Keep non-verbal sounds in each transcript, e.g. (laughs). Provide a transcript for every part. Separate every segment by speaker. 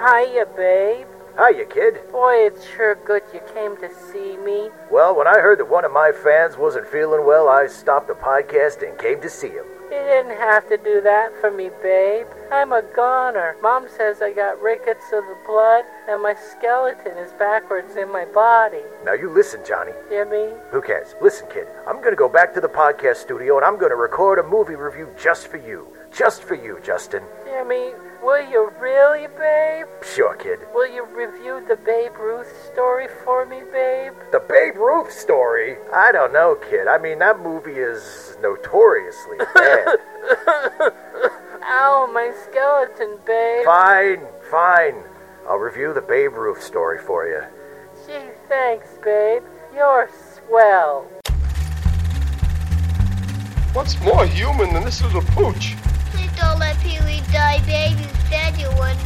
Speaker 1: Hiya, babe.
Speaker 2: Hiya, kid.
Speaker 1: Boy, it's sure good you came to see me.
Speaker 2: Well, when I heard that one of my fans wasn't feeling well, I stopped the podcast and came to see him.
Speaker 1: You didn't have to do that for me, babe. I'm a goner. Mom says I got rickets of the blood, and my skeleton is backwards in my body.
Speaker 2: Now you listen, Johnny.
Speaker 1: Jimmy,
Speaker 2: Who cares? Listen, kid. I'm gonna go back to the podcast studio and I'm gonna record a movie review just for you. Just for you, Justin.
Speaker 1: Jimmy, will you really, babe?
Speaker 2: Sure, kid.
Speaker 1: Will you review the Babe Ruth story for me, babe?
Speaker 2: The Babe Ruth story? I don't know, kid. I mean, that movie is notoriously bad.
Speaker 1: Ow, my skeleton, babe.
Speaker 2: fine, fine. I'll review the Babe Ruth story for you.
Speaker 1: Gee, thanks, babe. You're swell.
Speaker 3: What's more human than this little pooch?
Speaker 4: Please don't let Pee Wee die, babe. You said you wouldn't.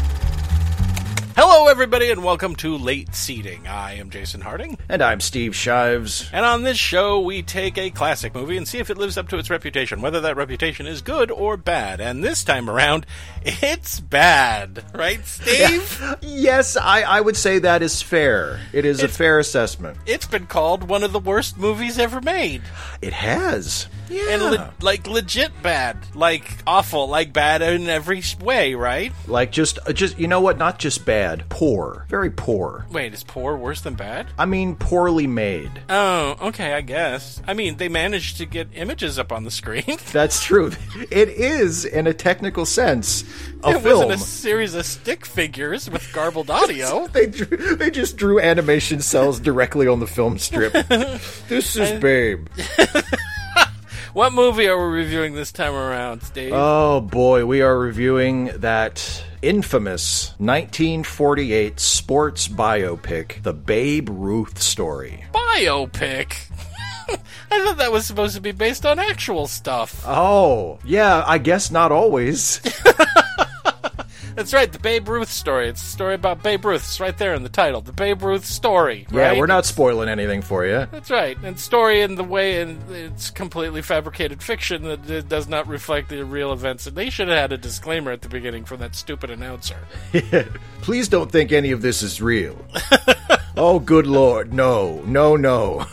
Speaker 5: Hello, everybody, and welcome to Late Seating. I am Jason Harding,
Speaker 2: And I'm Steve Shives.
Speaker 5: and on this show, we take a classic movie and see if it lives up to its reputation, whether that reputation is good or bad. And this time around, it's bad, right, Steve?
Speaker 6: Yes, I, I would say that is fair. It is a fair assessment.
Speaker 5: It's been called one of the worst movies ever made,
Speaker 6: It has. Yeah.
Speaker 5: and le- like legit bad, like awful, like bad in every way, right?
Speaker 6: like just uh, just you know what, not just bad, poor. Very poor.
Speaker 5: Wait, is poor worse than bad?
Speaker 6: I mean poorly made.
Speaker 5: Oh, okay, I guess. I mean, they managed to get images up on the screen. (laughs)
Speaker 6: That's true. (laughs) It is in a technical sense a
Speaker 5: it
Speaker 6: film.
Speaker 5: wasn't a series of stick figures with garbled audio.
Speaker 6: (laughs) they, drew, they just drew animation cells directly on the film (laughs) strip. this is Babe.
Speaker 5: (laughs) what movie are we reviewing this time around, Steve?
Speaker 6: Oh boy, we are reviewing that infamous 1948 sports biopic, The Babe Ruth Story.
Speaker 5: Biopic. (laughs) I thought that was supposed to be based on actual stuff.
Speaker 6: Oh, yeah, I guess not
Speaker 5: (laughs)
Speaker 6: always.
Speaker 5: That's right, the Babe Ruth story. It's a story about Babe Ruth. It's right there in the title, the Babe Ruth story.
Speaker 6: Yeah,
Speaker 5: right?
Speaker 6: we're not spoiling anything for you.
Speaker 5: That's right, and story in the way, and it's completely fabricated fiction that it does not reflect the real events. And they should have had a disclaimer at the beginning from that stupid announcer.
Speaker 6: Please don't think any of this is
Speaker 5: (laughs)
Speaker 6: real. oh, good lord, no, no, no.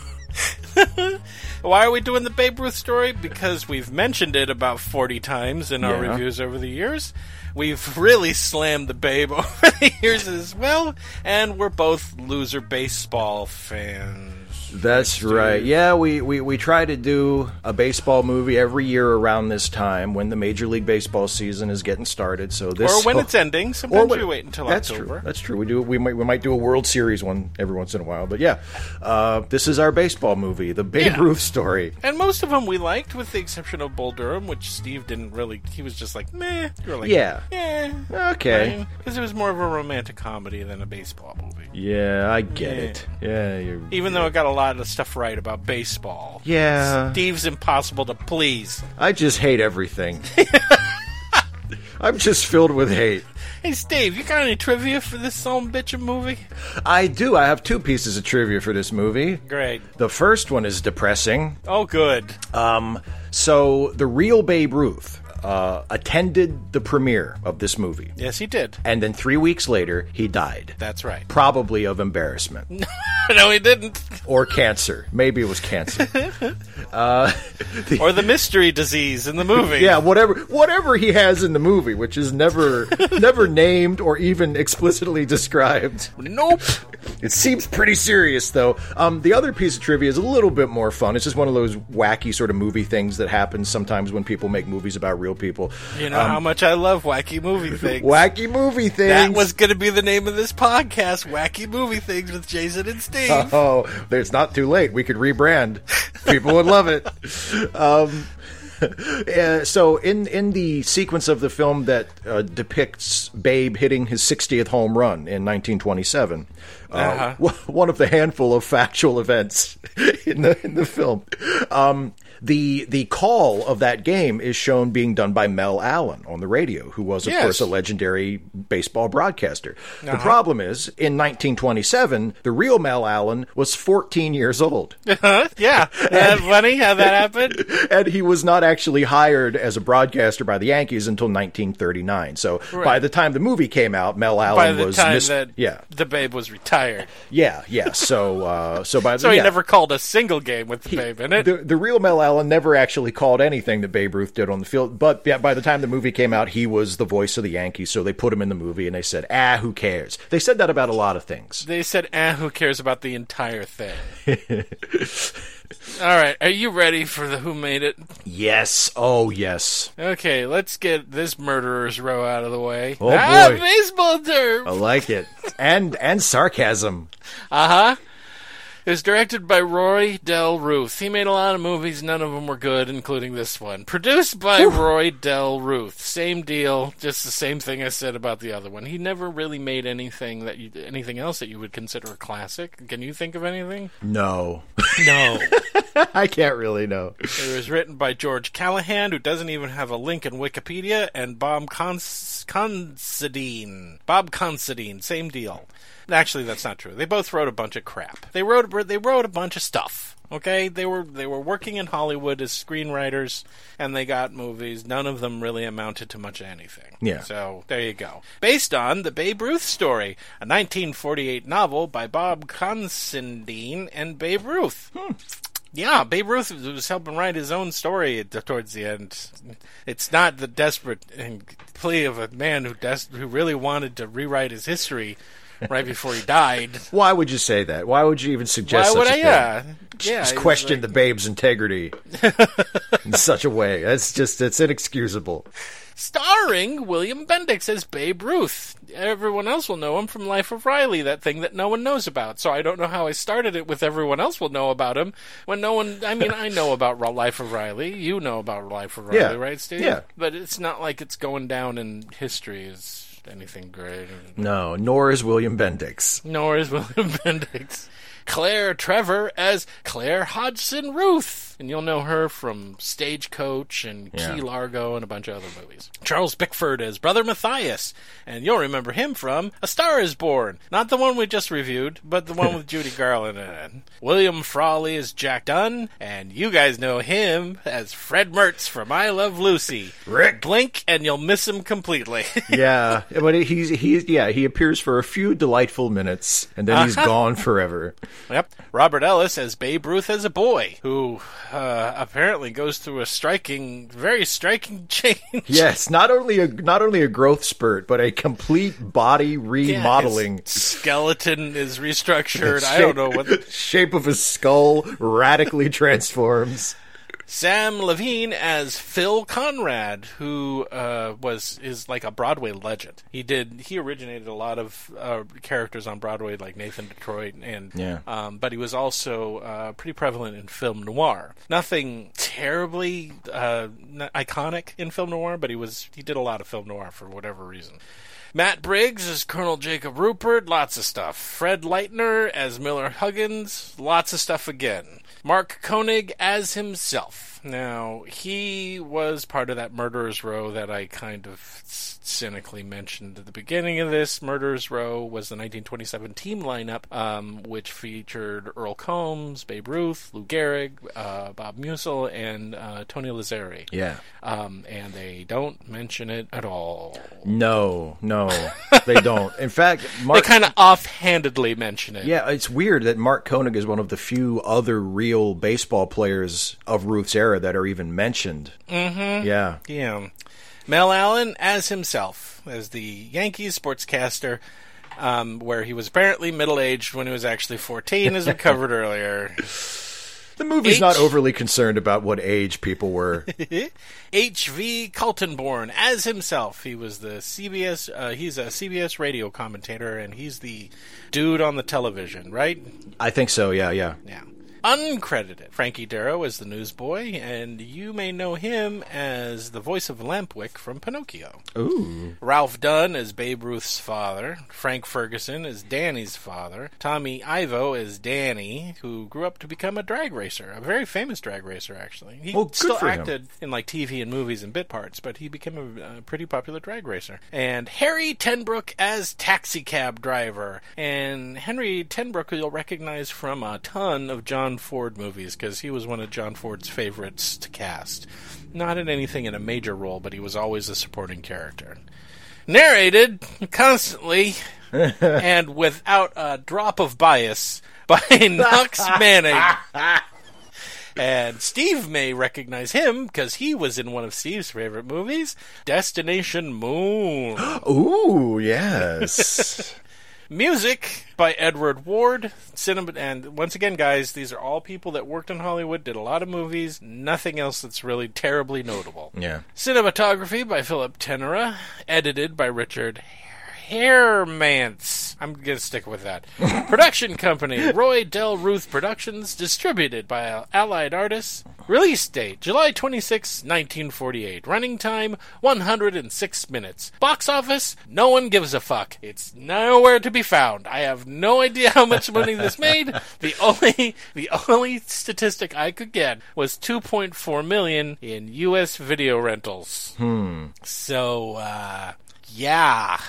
Speaker 5: Why are we doing the Babe Ruth story? Because we've mentioned it about 40 times in our
Speaker 6: Yeah.
Speaker 5: reviews over the years. We've really slammed the Babe (laughs) over the years as well, and we're both loser baseball fans.
Speaker 6: That's right. Yeah, we, we, we try to do a baseball movie every year around this time when the Major League Baseball season is getting started. So this
Speaker 5: Or when it's ending.
Speaker 6: Or
Speaker 5: Sometimes
Speaker 6: what-
Speaker 5: we wait until
Speaker 6: that's
Speaker 5: October.
Speaker 6: True. That's true. We do. We might. We might do a World Series one every once in a while. But yeah, uh, this is our baseball movie, the Babe
Speaker 5: Yeah.
Speaker 6: Ruth story.
Speaker 5: And most of them we liked, with the exception of Bull Durham, which Steve didn't really. He was just like, meh. You were like,
Speaker 6: Yeah.
Speaker 5: Eh.
Speaker 6: Okay.
Speaker 5: Because it was more of a romantic comedy than a baseball movie.
Speaker 6: Yeah, I get it. Yeah, you're.
Speaker 5: Even though it got a lot of stuff right about baseball.
Speaker 6: Yeah,
Speaker 5: Steve's impossible to please.
Speaker 6: I just hate everything. (laughs) I'm just filled with hate.
Speaker 5: Hey, Steve, you got any trivia for this son bitch movie?
Speaker 6: I do. I have two pieces of trivia for this movie.
Speaker 5: Great.
Speaker 6: The first one is depressing.
Speaker 5: Oh, good.
Speaker 6: Um, so the real Babe Ruth uh, attended the premiere of this movie.
Speaker 5: Yes, he did.
Speaker 6: and then three weeks later he died
Speaker 5: That's right. (laughs)
Speaker 6: probably of embarrassment
Speaker 5: no,
Speaker 6: (laughs)
Speaker 5: he didn't.
Speaker 6: or cancer maybe it was cancer
Speaker 5: Or the mystery disease in the movie.
Speaker 6: yeah whatever whatever he has in the movie which is never never named or even explicitly described
Speaker 5: Nope.
Speaker 6: it seems pretty serious though um, the other piece of trivia is a little bit more fun it's just one of those wacky sort of movie things that happens sometimes when people make movies about real people
Speaker 5: You know how much I love
Speaker 6: (laughs)
Speaker 5: wacky movie things.
Speaker 6: Um, wacky movie things
Speaker 5: That was going to be the name of this podcast, Wacky Movie Things with Jason and Steve. (laughs)
Speaker 6: Oh, it's not too late. We could rebrand. People would love
Speaker 5: (laughs)
Speaker 6: it. Um, uh, so, in in the sequence of the film that uh, depicts Babe hitting his 60th home run in 1927, uh, (laughs) w- one of the handful of factual events in the in the film. Um, the the call of that game is shown being done by Mel Allen on the radio, who was of
Speaker 5: Yes.
Speaker 6: course a legendary baseball broadcaster. The problem is, in 1927, the real Mel Allen was 14 years old,
Speaker 5: yeah, Isn't that funny how that
Speaker 6: (laughs)
Speaker 5: happened.
Speaker 6: and he was not actually hired as a broadcaster by the Yankees until 1939. So by the time the movie came out, Mel Allen
Speaker 5: By the
Speaker 6: was
Speaker 5: time
Speaker 6: mis-
Speaker 5: that
Speaker 6: yeah
Speaker 5: the Babe was retired,
Speaker 6: yeah yeah. So uh, so by the
Speaker 5: (laughs) so he
Speaker 6: yeah.
Speaker 5: never called a single game with the Babe in it.
Speaker 6: The, the real Mel Allen never actually called anything that Babe Ruth did on the field, but yeah, by the time the movie came out, he was the voice of the Yankees, so they put him in the movie and they said, ah, who cares? They said that about a lot of things.
Speaker 5: they said, "Ah, who cares about the entire thing?" All right, are you ready for the Who Made It?
Speaker 6: Yes, oh, yes.
Speaker 5: Okay, let's get this murderer's row out of the way.
Speaker 6: Oh,
Speaker 5: ah,
Speaker 6: boy. Oh.
Speaker 5: baseball term.
Speaker 6: I like it. and and sarcasm.
Speaker 5: Uh huh. It was directed by Roy Del Ruth. He made a lot of movies. None of them were good, including this one. Produced by Roy Del Ruth. Same deal, just the same thing I said about the other one. He never really made anything that you, anything else that you would consider a classic. Can you think of anything?
Speaker 6: No. (laughs)
Speaker 5: No.
Speaker 6: I can't really know.
Speaker 5: It was written by George Callahan, who doesn't even have a link in Wikipedia, and Bob Cons- Considine. Bob Considine, same deal. Actually, that's not true. They both wrote a bunch of crap. They wrote they wrote a bunch of stuff. Okay, they were they were working in Hollywood as screenwriters, and they got movies. None of them really amounted to much of anything.
Speaker 6: Yeah.
Speaker 5: So there you go. Based on the Babe Ruth story, a 1948 novel by Bob Considine and Babe Ruth. Yeah, Babe Ruth was helping write his own story at- towards the end. It's not the desperate and plea of a man who des- who really wanted to rewrite his history right before he died.
Speaker 6: Why would you say that? Why would you even
Speaker 5: Why
Speaker 6: suggest
Speaker 5: would
Speaker 6: such a
Speaker 5: I?
Speaker 6: thing?
Speaker 5: Yeah, yeah.
Speaker 6: Just
Speaker 5: it's
Speaker 6: question
Speaker 5: like-
Speaker 6: the babe's
Speaker 5: (laughs)
Speaker 6: integrity in such a way. That's just, it's inexcusable.
Speaker 5: starring William Bendix as Babe Ruth. Everyone else will know him from Life of Riley, that thing that no one knows about. So I don't know how I started it with everyone else will know about him when no one. I mean, I know about Ro- Life of Riley. You know about Life of Riley,
Speaker 6: Yeah.
Speaker 5: right, Steve?
Speaker 6: Yeah.
Speaker 5: But it's not like it's going down in history as anything great.
Speaker 6: No, nor is William Bendix.
Speaker 5: Nor is (laughs) William Bendix. Claire Trevor as Claire Hodgson Ruth. And you'll know her from Stagecoach and Key Largo and a bunch of other movies. Charles Bickford as Brother Matthias. And you'll remember him from A Star is Born. Not the one we just reviewed, but the one with Judy Garland in it. William Frawley as Jack Dunn. And you guys know him as Fred Mertz from I Love Lucy.
Speaker 6: Rick.
Speaker 5: Blink and you'll miss him completely. (laughs)
Speaker 6: yeah, but he's he's yeah he appears for a few delightful minutes and then he's
Speaker 5: Uh-huh.
Speaker 6: gone forever.
Speaker 5: Yep. Robert Ellis as Babe Ruth as a boy, who uh, apparently goes through a striking, very striking (laughs) change.
Speaker 6: Yes, not only a not only a growth spurt but a complete body
Speaker 5: Yeah, his
Speaker 6: remodeling.
Speaker 5: skeleton is restructured. I don't know what.
Speaker 6: shape of his skull
Speaker 5: (laughs)
Speaker 6: radically transforms.
Speaker 5: Sam Levine as Phil Conrad, who uh, was is like a Broadway legend. He did he originated a lot of uh, characters on Broadway, like Nathan Detroit, and
Speaker 6: Yeah.
Speaker 5: Um, but he was also uh, pretty prevalent in film noir. Nothing terribly uh, n- iconic in film noir, but he was he did a lot of film noir for whatever reason. Matt Briggs as Colonel Jacob Rupert, lots of stuff. Fred Leitner as Miller Huggins, lots of stuff again. Mark Koenig as himself. Now, he was part of that murderer's row that I kind of s- cynically mentioned at the beginning of this. Murderer's row was the 1927 team lineup, um, which featured Earl Combs, Babe Ruth, Lou Gehrig, uh, Bob Musil, and uh, Tony Lazzari.
Speaker 6: Yeah.
Speaker 5: Um, and they don't mention it at all.
Speaker 6: No, no, they don't. In fact, Mark.
Speaker 5: They kind of offhandedly mention it.
Speaker 6: yeah, it's weird that Mark Koenig is one of the few other real baseball players of Ruth's era that are even mentioned. Mm-hmm. Yeah,
Speaker 5: Yeah. Mel Allen as himself, as the Yankees sportscaster, um, where he was apparently middle aged when he was actually 14, as we covered earlier.
Speaker 6: the movie's not
Speaker 5: H-
Speaker 6: overly concerned about what age people were.
Speaker 5: (laughs) H.V. Kaltenborn as himself. He was the CBS, uh, he's a CBS radio commentator, and he's the dude on the television, right?
Speaker 6: I think so. Yeah, yeah.
Speaker 5: Yeah. uncredited. Frankie Darrow as the newsboy, and you may know him as the voice of Lampwick from Pinocchio.
Speaker 6: Ooh.
Speaker 5: Ralph Dunn as Babe Ruth's father, Frank Ferguson as Danny's father, Tommy Ivo as Danny, who grew up to become a drag racer, a very famous drag racer actually. He
Speaker 6: Well, good
Speaker 5: still
Speaker 6: for him.
Speaker 5: acted in like TV and movies and bit parts, but he became a, uh pretty popular drag racer. And Harry Tenbrook as taxi cab driver, and Henry Tenbrook who you'll recognize from a ton of John Ford movies because he was one of John Ford's favorites to cast. Not in anything in a major role, but he was always a supporting character. Narrated constantly and without a drop of bias by (laughs) Knox Manning. And Steve may recognize him because he was in one of Steve's favorite movies, Destination Moon.
Speaker 6: Ooh, yes.
Speaker 5: Music by Edward Ward. Cinema, and once again, guys, these are all people that worked in Hollywood, did a lot of movies, nothing else that's really terribly notable.
Speaker 6: yeah.
Speaker 5: Cinematography by Philip Tenera, edited by Richard Hermance. I'm going to stick with that. Production company Roy Del Ruth Productions, distributed by Allied Artists. Release date July 26, 1948. Running time 106 minutes. Box office no one gives a fuck. It's nowhere to be found. I have no idea how much money this made. The only the only statistic I could get was 2.4 million in US video rentals. So, uh, yeah.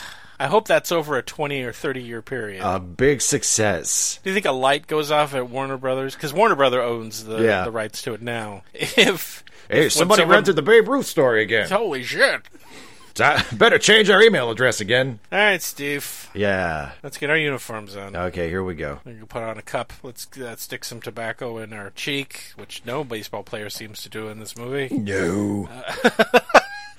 Speaker 5: I hope that's over a 20 or 30 year period.
Speaker 6: A big success.
Speaker 5: Do you think a light goes off at Warner Brothers? Because Warner Brother owns the,
Speaker 6: Yeah.
Speaker 5: the rights to it now. (laughs) If.
Speaker 6: Hey,
Speaker 5: if
Speaker 6: somebody
Speaker 5: someone-
Speaker 6: rented the Babe Ruth story again.
Speaker 5: Holy shit.
Speaker 6: I (laughs) better change our email address again.
Speaker 5: All right, Steve.
Speaker 6: Yeah.
Speaker 5: Let's get our uniforms on.
Speaker 6: Okay, here we go.
Speaker 5: We can put on a cup. Let's uh, stick some tobacco in our cheek, which no baseball player seems to do in this movie. (laughs)
Speaker 6: No.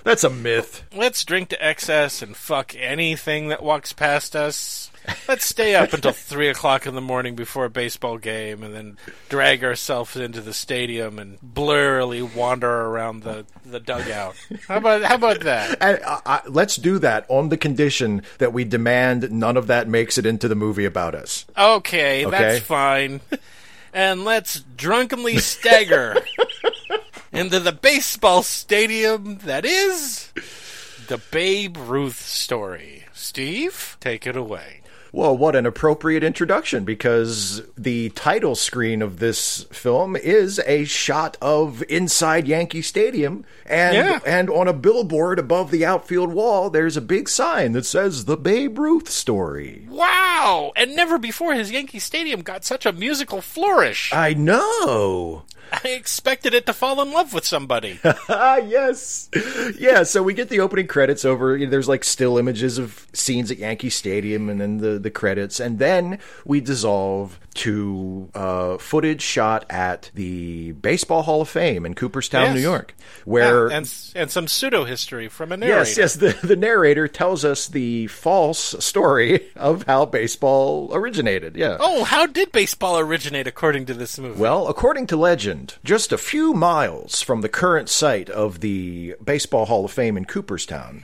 Speaker 6: That's a myth.
Speaker 5: Let's drink to excess and fuck anything that walks past us. Let's stay up until three o'clock in the morning before a baseball game, and then drag ourselves into the stadium and blurrily wander around the, the dugout. How about how about that?
Speaker 6: And I, I, let's do that on the condition that we demand none of that makes it into the movie about us.
Speaker 5: Okay,
Speaker 6: Okay.
Speaker 5: that's fine. And let's drunkenly stagger into the baseball stadium that is the Babe Ruth story. Steve, take it away.
Speaker 6: Well, what an appropriate introduction because the title screen of this film is a shot of inside Yankee Stadium and
Speaker 5: Yeah.
Speaker 6: and on a billboard above the outfield wall there's a big sign that says The Babe Ruth Story.
Speaker 5: Wow! And never before has Yankee Stadium got such a musical flourish.
Speaker 6: I know.
Speaker 5: I expected it to fall in love
Speaker 6: (laughs)
Speaker 5: with somebody.
Speaker 6: Ah, yes. Yeah, so we get the opening credits over. you know, There's like still images of scenes at Yankee Stadium and then the, the credits. And then we dissolve to uh, footage shot at the Baseball Hall of Fame in Cooperstown,
Speaker 5: Yes.
Speaker 6: New York, where.
Speaker 5: and and some pseudo history from a narrator.
Speaker 6: Yes, yes. The, the narrator tells us the false story (laughs) of how baseball originated. Yeah.
Speaker 5: Oh, how did baseball originate according to this movie?
Speaker 6: Well, according to legend, just a few miles from the current site of the Baseball Hall of Fame in Cooperstown,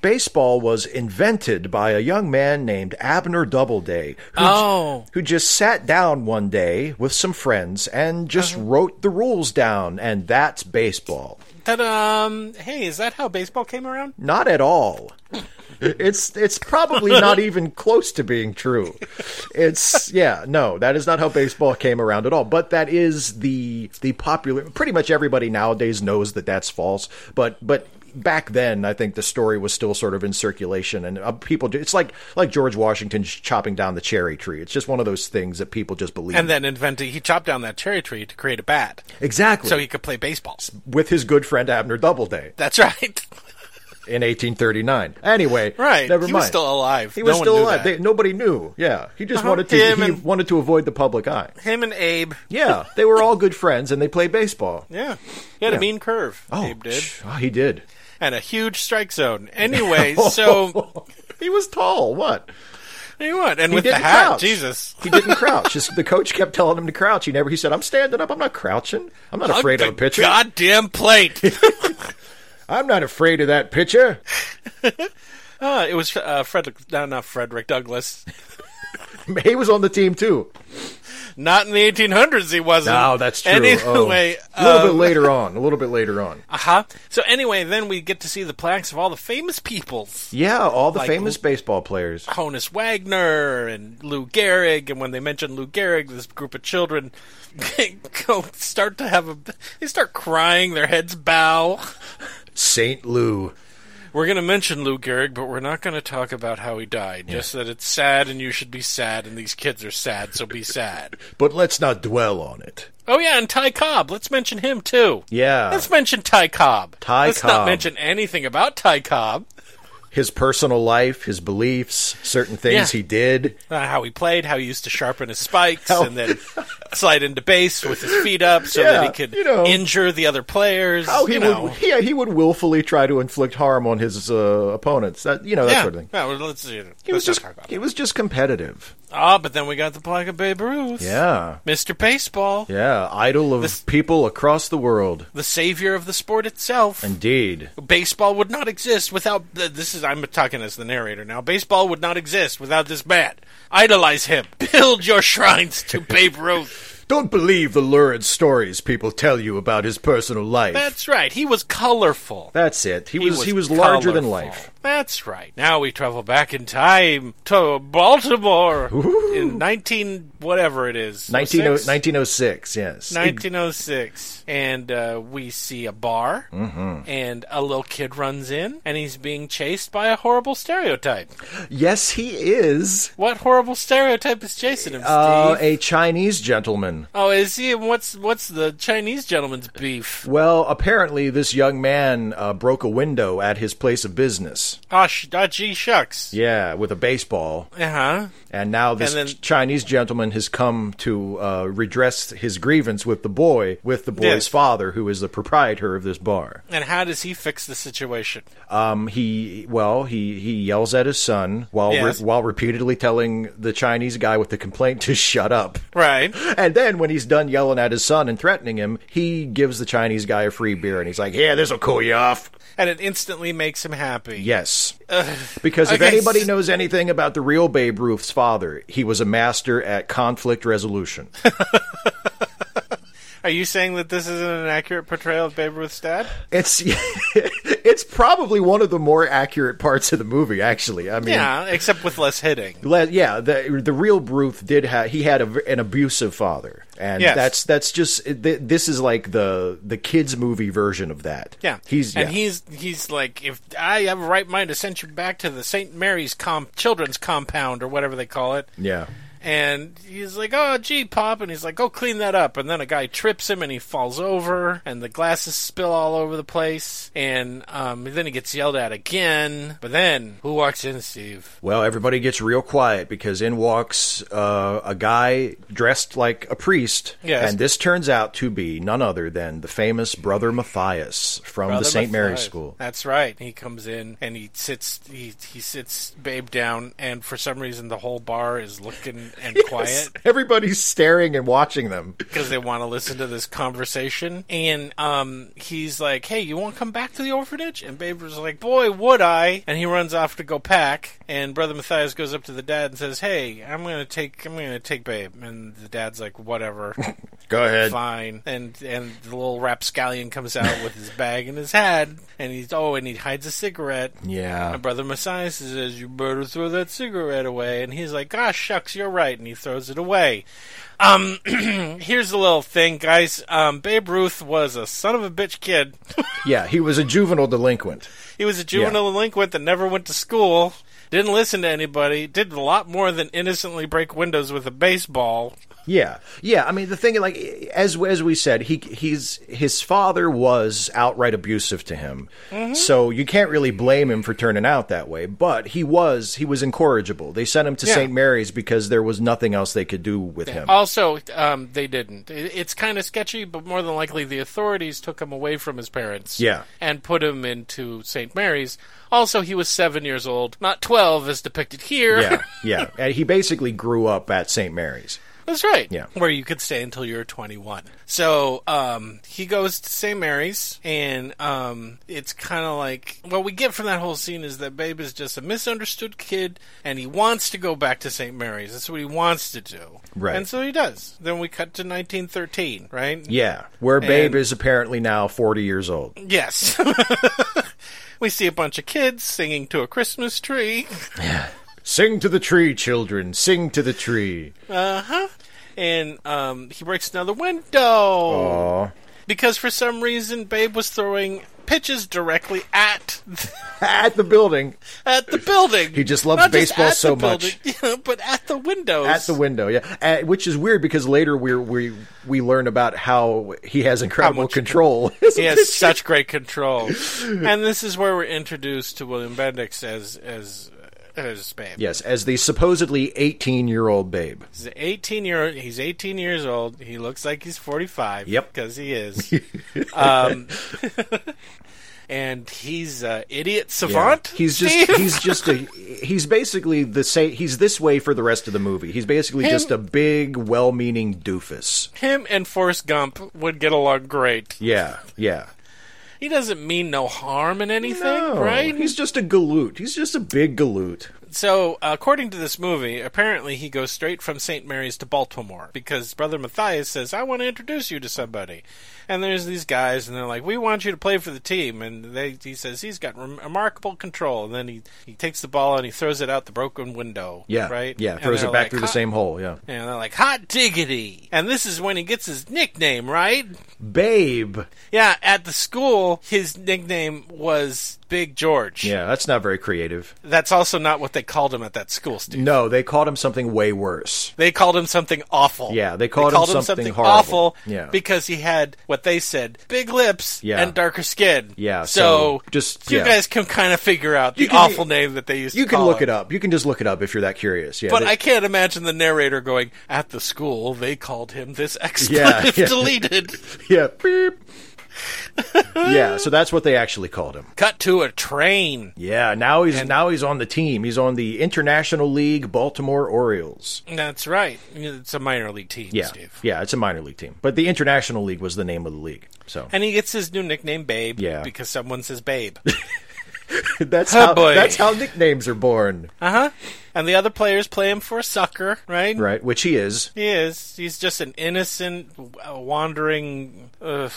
Speaker 6: baseball was invented by a young man named Abner Doubleday, who,
Speaker 5: Oh.
Speaker 6: who just sat down one day with some friends and just wrote the rules down, and that's baseball.
Speaker 5: that um, hey, is that how baseball came around?
Speaker 6: Not at all. It's it's probably
Speaker 5: (laughs)
Speaker 6: not even close to being true. It's yeah, no, that is not how baseball came around at all. But that is the the popular. Pretty much everybody nowadays knows that that's false. But but back then, I think the story was still sort of in circulation, and uh, people. do- It's like like George Washington chopping down the cherry tree. It's just one of those things that people just believe.
Speaker 5: And then invented he chopped down that cherry tree to create a bat,
Speaker 6: exactly
Speaker 5: so he could play baseball.
Speaker 6: with his good friend Abner Doubleday
Speaker 5: That's right. (laughs)
Speaker 6: in 1839. Anyway,
Speaker 5: Right.
Speaker 6: Never
Speaker 5: He
Speaker 6: mind.
Speaker 5: was still alive.
Speaker 6: He
Speaker 5: No
Speaker 6: was
Speaker 5: one
Speaker 6: still
Speaker 5: knew
Speaker 6: alive.
Speaker 5: that.
Speaker 6: They, nobody knew. Yeah, he just
Speaker 5: Uh-huh.
Speaker 6: wanted to.
Speaker 5: Him
Speaker 6: he
Speaker 5: and-
Speaker 6: wanted to avoid the public eye.
Speaker 5: Him and Abe.
Speaker 6: Yeah, they were all good friends, and they played baseball.
Speaker 5: Yeah, he had
Speaker 6: Yeah.
Speaker 5: a mean curve.
Speaker 6: Oh,
Speaker 5: (laughs) Abe did,
Speaker 6: sh- oh, he did.
Speaker 5: and a huge strike zone.
Speaker 6: (laughs)
Speaker 5: Anyway, so
Speaker 6: he was tall. What?
Speaker 5: you know what? And
Speaker 6: He
Speaker 5: with the
Speaker 6: didn't
Speaker 5: hat,
Speaker 6: crouch.
Speaker 5: Jesus.
Speaker 6: He
Speaker 5: (laughs)
Speaker 6: didn't crouch. His, the coach kept telling him to crouch. He never. He said, "I'm standing up. I'm not crouching. I'm not afraid of a
Speaker 5: Hug the
Speaker 6: pitcher.
Speaker 5: Goddamn plate.
Speaker 6: (laughs) I'm not afraid of that pitcher." (laughs)
Speaker 5: uh, Ah, it was uh, Frederick, no, not Frederick Douglass.
Speaker 6: He was on the team too.
Speaker 5: Not in the 1800s, he wasn't.
Speaker 6: No, that's true. Oh,
Speaker 5: Anyway,
Speaker 6: a little
Speaker 5: um,
Speaker 6: bit
Speaker 5: (laughs)
Speaker 6: later on. A little bit later on.
Speaker 5: Uh huh. So anyway, then we get to see the plaques of all the famous peoples.
Speaker 6: Yeah, all the
Speaker 5: Like-
Speaker 6: famous baseball players.
Speaker 5: Honus Wagner and Lou Gehrig, and when they mention Lou Gehrig, this group of children (laughs) go start to have a. They start crying, their heads bow.
Speaker 6: Saint Lou.
Speaker 5: We're going to mention Lou Gehrig, but we're not going to talk about how he died. Just that it's sad, and you should be sad, and these kids are sad, so be sad.
Speaker 6: But let's not dwell on it.
Speaker 5: Oh yeah, and Ty Cobb. Let's mention him too.
Speaker 6: Yeah.
Speaker 5: Let's mention Ty Cobb.
Speaker 6: Ty
Speaker 5: Let's
Speaker 6: Cobb.
Speaker 5: not mention anything about Ty Cobb.
Speaker 6: his personal life, his beliefs, certain things
Speaker 5: Yeah.
Speaker 6: he did.
Speaker 5: uh, how he played, how he used to sharpen his spikes
Speaker 6: How-
Speaker 5: and then slide into base with his feet up so that
Speaker 6: Yeah,
Speaker 5: he could
Speaker 6: you know.
Speaker 5: injure the other players.
Speaker 6: How he
Speaker 5: Oh, you know.
Speaker 6: would, yeah, he would willfully try to inflict harm on his uh, opponents. That you know that
Speaker 5: yeah.
Speaker 6: sort of thing.
Speaker 5: No, well, let's, you know,
Speaker 6: He was
Speaker 5: let's not
Speaker 6: just
Speaker 5: talk about
Speaker 6: he
Speaker 5: it.
Speaker 6: was just competitive.
Speaker 5: Ah, but then we got the plaque of Babe Ruth.
Speaker 6: Yeah,
Speaker 5: Mr. Baseball,
Speaker 6: yeah, idol of
Speaker 5: This-
Speaker 6: people across the world.
Speaker 5: the savior of the sport itself.
Speaker 6: Indeed.
Speaker 5: baseball would not exist without th- this is I'm talking as the narrator now. Baseball would not exist without this man. Idolize him. (laughs) Build your shrines to Babe
Speaker 6: (laughs)
Speaker 5: Ruth.
Speaker 6: Don't believe the lurid stories people tell you about his personal life.
Speaker 5: That's right. He was colorful.
Speaker 6: That's it. He, was, he was larger than
Speaker 5: colorful.
Speaker 6: life.
Speaker 5: That's right. Now we travel back in time to Baltimore in 19 whatever it is.
Speaker 6: 19,
Speaker 5: 06?
Speaker 6: 1906, yes.
Speaker 5: 1906 and uh, we see a bar
Speaker 6: Mm-hmm.
Speaker 5: and a little kid runs in and he's being chased by a horrible stereotype
Speaker 6: yes, he is
Speaker 5: what horrible stereotype is chasing him steve
Speaker 6: uh, a Chinese gentleman.
Speaker 5: oh is he and what's what's the chinese gentleman's beef
Speaker 6: Well, apparently, this young man uh, broke a window at his place of business.
Speaker 5: ah, sh- ah gee shucks
Speaker 6: Yeah, with a baseball.
Speaker 5: uh-huh
Speaker 6: And now this
Speaker 5: And then-
Speaker 6: Ch- Chinese gentleman has come to uh, redress his grievance with the boy, with the boy's
Speaker 5: Yes.
Speaker 6: father, who is the proprietor of this bar.
Speaker 5: and how does he fix the situation
Speaker 6: Um, he, well, he, he yells at his son while
Speaker 5: Yes.
Speaker 6: re- while repeatedly telling the Chinese guy with the complaint to (laughs) shut up.
Speaker 5: right
Speaker 6: And then when he's done yelling at his son and threatening him, he gives the Chinese guy a free beer, and he's like, "Yeah, this will cool you off."
Speaker 5: and it instantly makes him happy
Speaker 6: Yes. because if
Speaker 5: okay.
Speaker 6: anybody knows anything about the real Babe Ruth's father, he was a master at conflict
Speaker 5: (laughs)
Speaker 6: resolution.
Speaker 5: Are you saying that this isn't an accurate portrayal of Babe Ruth's dad?
Speaker 6: it's (laughs) it's probably one of the more accurate parts of the movie actually. I mean
Speaker 5: Yeah, except with less hitting.
Speaker 6: le- yeah, the the real Ruth did have he had a v an abusive father, and
Speaker 5: Yes.
Speaker 6: that's that's just th- this is like the the kids movie version of that.
Speaker 5: Yeah,
Speaker 6: he's
Speaker 5: and
Speaker 6: yeah.
Speaker 5: he's he's like, if I have a right mind to send you back to the St. Mary's com- children's compound or whatever they call it,
Speaker 6: yeah.
Speaker 5: and he's like, oh gee, pop, and he's like, go clean that up, and then a guy trips him and he falls over, and the glasses spill all over the place, and um, then he gets yelled at again, but then who walks in, Steve?
Speaker 6: Well, everybody gets real quiet because in walks uh, a guy dressed like a priest.
Speaker 5: Yes.
Speaker 6: And this turns out to be none other than the famous Brother Matthias from the
Speaker 5: Brother
Speaker 6: St. Mary's
Speaker 5: Matthias.
Speaker 6: School.
Speaker 5: That's right. He comes in and he sits. He he sits Babe down, and for some reason the whole bar is looking
Speaker 6: (laughs)
Speaker 5: and quiet
Speaker 6: Everybody's staring and watching them.
Speaker 5: because they want to listen to this conversation. And um, he's like, "Hey, you want to come back to the orphanage?" And Babe was like, "Boy, would I!" And he runs off to go pack. And Brother Matthias goes up to the dad and says, "Hey, I'm gonna take I'm gonna take Babe." And the dad's like, "Whatever."
Speaker 6: Go ahead.
Speaker 5: fine. And and the little rapscallion comes out with his bag in his hand, and he's oh, and he hides a cigarette.
Speaker 6: Yeah.
Speaker 5: And brother Messias says, "You better throw that cigarette away." And he's like, "Gosh, shucks, you're right." And he throws it away. Um, (clears throat) here's the little thing, guys. Um, Babe Ruth was a son of a bitch kid.
Speaker 6: Yeah, he was a juvenile delinquent.
Speaker 5: he was a juvenile delinquent that never went to school. Didn't listen to anybody. Did a lot more than innocently break windows with a baseball.
Speaker 6: Yeah, yeah. I mean, the thing, like as as we said, he he's his father was outright abusive to him,
Speaker 5: Mm-hmm.
Speaker 6: so you can't really blame him for turning out that way. But he was he was incorrigible. They sent him to
Speaker 5: Yeah.
Speaker 6: St. Mary's because there was nothing else they could do with him.
Speaker 5: Also, um, they didn't. I- It's kind of sketchy, but more than likely the authorities took him away from his parents.
Speaker 6: Yeah.
Speaker 5: And put him into St. Mary's. Also, he was seven years old, not 12 as depicted here.
Speaker 6: yeah, yeah. And he basically grew up at St. Mary's.
Speaker 5: (laughs) That's right.
Speaker 6: Yeah.
Speaker 5: Where you could stay until you're 21. So um, he goes to St. Mary's, and um, it's kind of like what we get from that whole scene is that Babe is just a misunderstood kid, and he wants to go back to St. Mary's. That's what he wants to do.
Speaker 6: Right.
Speaker 5: And so he does. Then we cut to 1913, right?
Speaker 6: Yeah, where Babe
Speaker 5: And-
Speaker 6: is apparently now 40 years old.
Speaker 5: Yes. (laughs) we see a bunch of kids singing to a Christmas tree.
Speaker 6: Sing to the tree, children. Sing to the tree.
Speaker 5: And um, he breaks another window.
Speaker 6: Aw.
Speaker 5: because for some reason Babe was throwing pitches directly at
Speaker 6: At the building,
Speaker 5: at the building.
Speaker 6: He just loves
Speaker 5: Not
Speaker 6: baseball
Speaker 5: at the
Speaker 6: so much.
Speaker 5: building, (laughs) you know, but at the windows.
Speaker 6: at the window, yeah. At, which is weird because later we we we learn about how he has incredible
Speaker 5: much- (laughs)
Speaker 6: control. (laughs)
Speaker 5: he has such great control, and this is where we're introduced to William Bendix as as as Babe.
Speaker 6: yes, as the supposedly 18 year old Babe.
Speaker 5: He's an eighteen year he's eighteen years old. He looks like he's forty five.
Speaker 6: Yep.
Speaker 5: because he
Speaker 6: (laughs)
Speaker 5: is. um, (laughs) and he's uh, idiot savant.
Speaker 6: He's just
Speaker 5: Steve?
Speaker 6: he's just a he's basically the same. He's this way for the rest of the movie. He's basically
Speaker 5: Him-
Speaker 6: just a big, well-meaning doofus.
Speaker 5: him and Forrest Gump would get along great.
Speaker 6: Yeah, yeah.
Speaker 5: He doesn't mean no harm in anything,
Speaker 6: No,
Speaker 5: right?
Speaker 6: He's just a galoot. He's just a big galoot.
Speaker 5: So, according to this movie, apparently he goes straight from St. Mary's to Baltimore because Brother Matthias says, I want to introduce you to somebody. And there's these guys, and they're like, We want you to play for the team. And they, he says, He's got rem- remarkable control. And then he, he takes the ball and he throws it out the broken window.
Speaker 6: Yeah,
Speaker 5: Right?
Speaker 6: Yeah,
Speaker 5: And
Speaker 6: throws
Speaker 5: they're
Speaker 6: it back
Speaker 5: like,
Speaker 6: through the
Speaker 5: "Hot-"
Speaker 6: same hole. Yeah,
Speaker 5: And they're like, Hot diggity. And this is when he gets his nickname, right?
Speaker 6: Babe.
Speaker 5: Yeah, at the school, his nickname was Big George.
Speaker 6: Yeah, that's not very creative.
Speaker 5: That's also not what they called him at that school, Steve.
Speaker 6: No, they called him something way worse.
Speaker 5: They called him something awful.
Speaker 6: Yeah, they called him something horrible.
Speaker 5: awful
Speaker 6: Yeah.
Speaker 5: because he had what they said big lips
Speaker 6: Yeah.
Speaker 5: and darker skin.
Speaker 6: Yeah,
Speaker 5: So,
Speaker 6: so just-
Speaker 5: you
Speaker 6: yeah.
Speaker 5: guys can kind of figure out the
Speaker 6: You can-
Speaker 5: awful name that they used.
Speaker 6: You
Speaker 5: to
Speaker 6: can
Speaker 5: call
Speaker 6: look
Speaker 5: him.
Speaker 6: it up. You can just look it up if you're that curious. Yeah,
Speaker 5: Oh. But
Speaker 6: they-
Speaker 5: I can't imagine the narrator going at the school. They called him this (laughs)
Speaker 6: Yeah,
Speaker 5: expletive
Speaker 6: yeah.
Speaker 5: deleted.
Speaker 6: (laughs) yeah, beep. yeah, so that's what they actually called him.
Speaker 5: Cut to a train.
Speaker 6: Yeah, now he's now he's on the team. He's on the International League Baltimore Orioles.
Speaker 5: That's right. It's a minor league team,
Speaker 6: Yeah,
Speaker 5: Steve.
Speaker 6: yeah, it's a minor league team, but the International League was the name of the league. So
Speaker 5: And he gets his new nickname, Babe,
Speaker 6: Yeah.
Speaker 5: because someone says Babe.
Speaker 6: (laughs)
Speaker 5: (laughs)
Speaker 6: that's how
Speaker 5: boy.
Speaker 6: that's how nicknames are born,
Speaker 5: Uh huh. And the other players play him for a sucker, right?
Speaker 6: right? Which he is.
Speaker 5: He is. He's just an innocent, w- wandering. Ugh.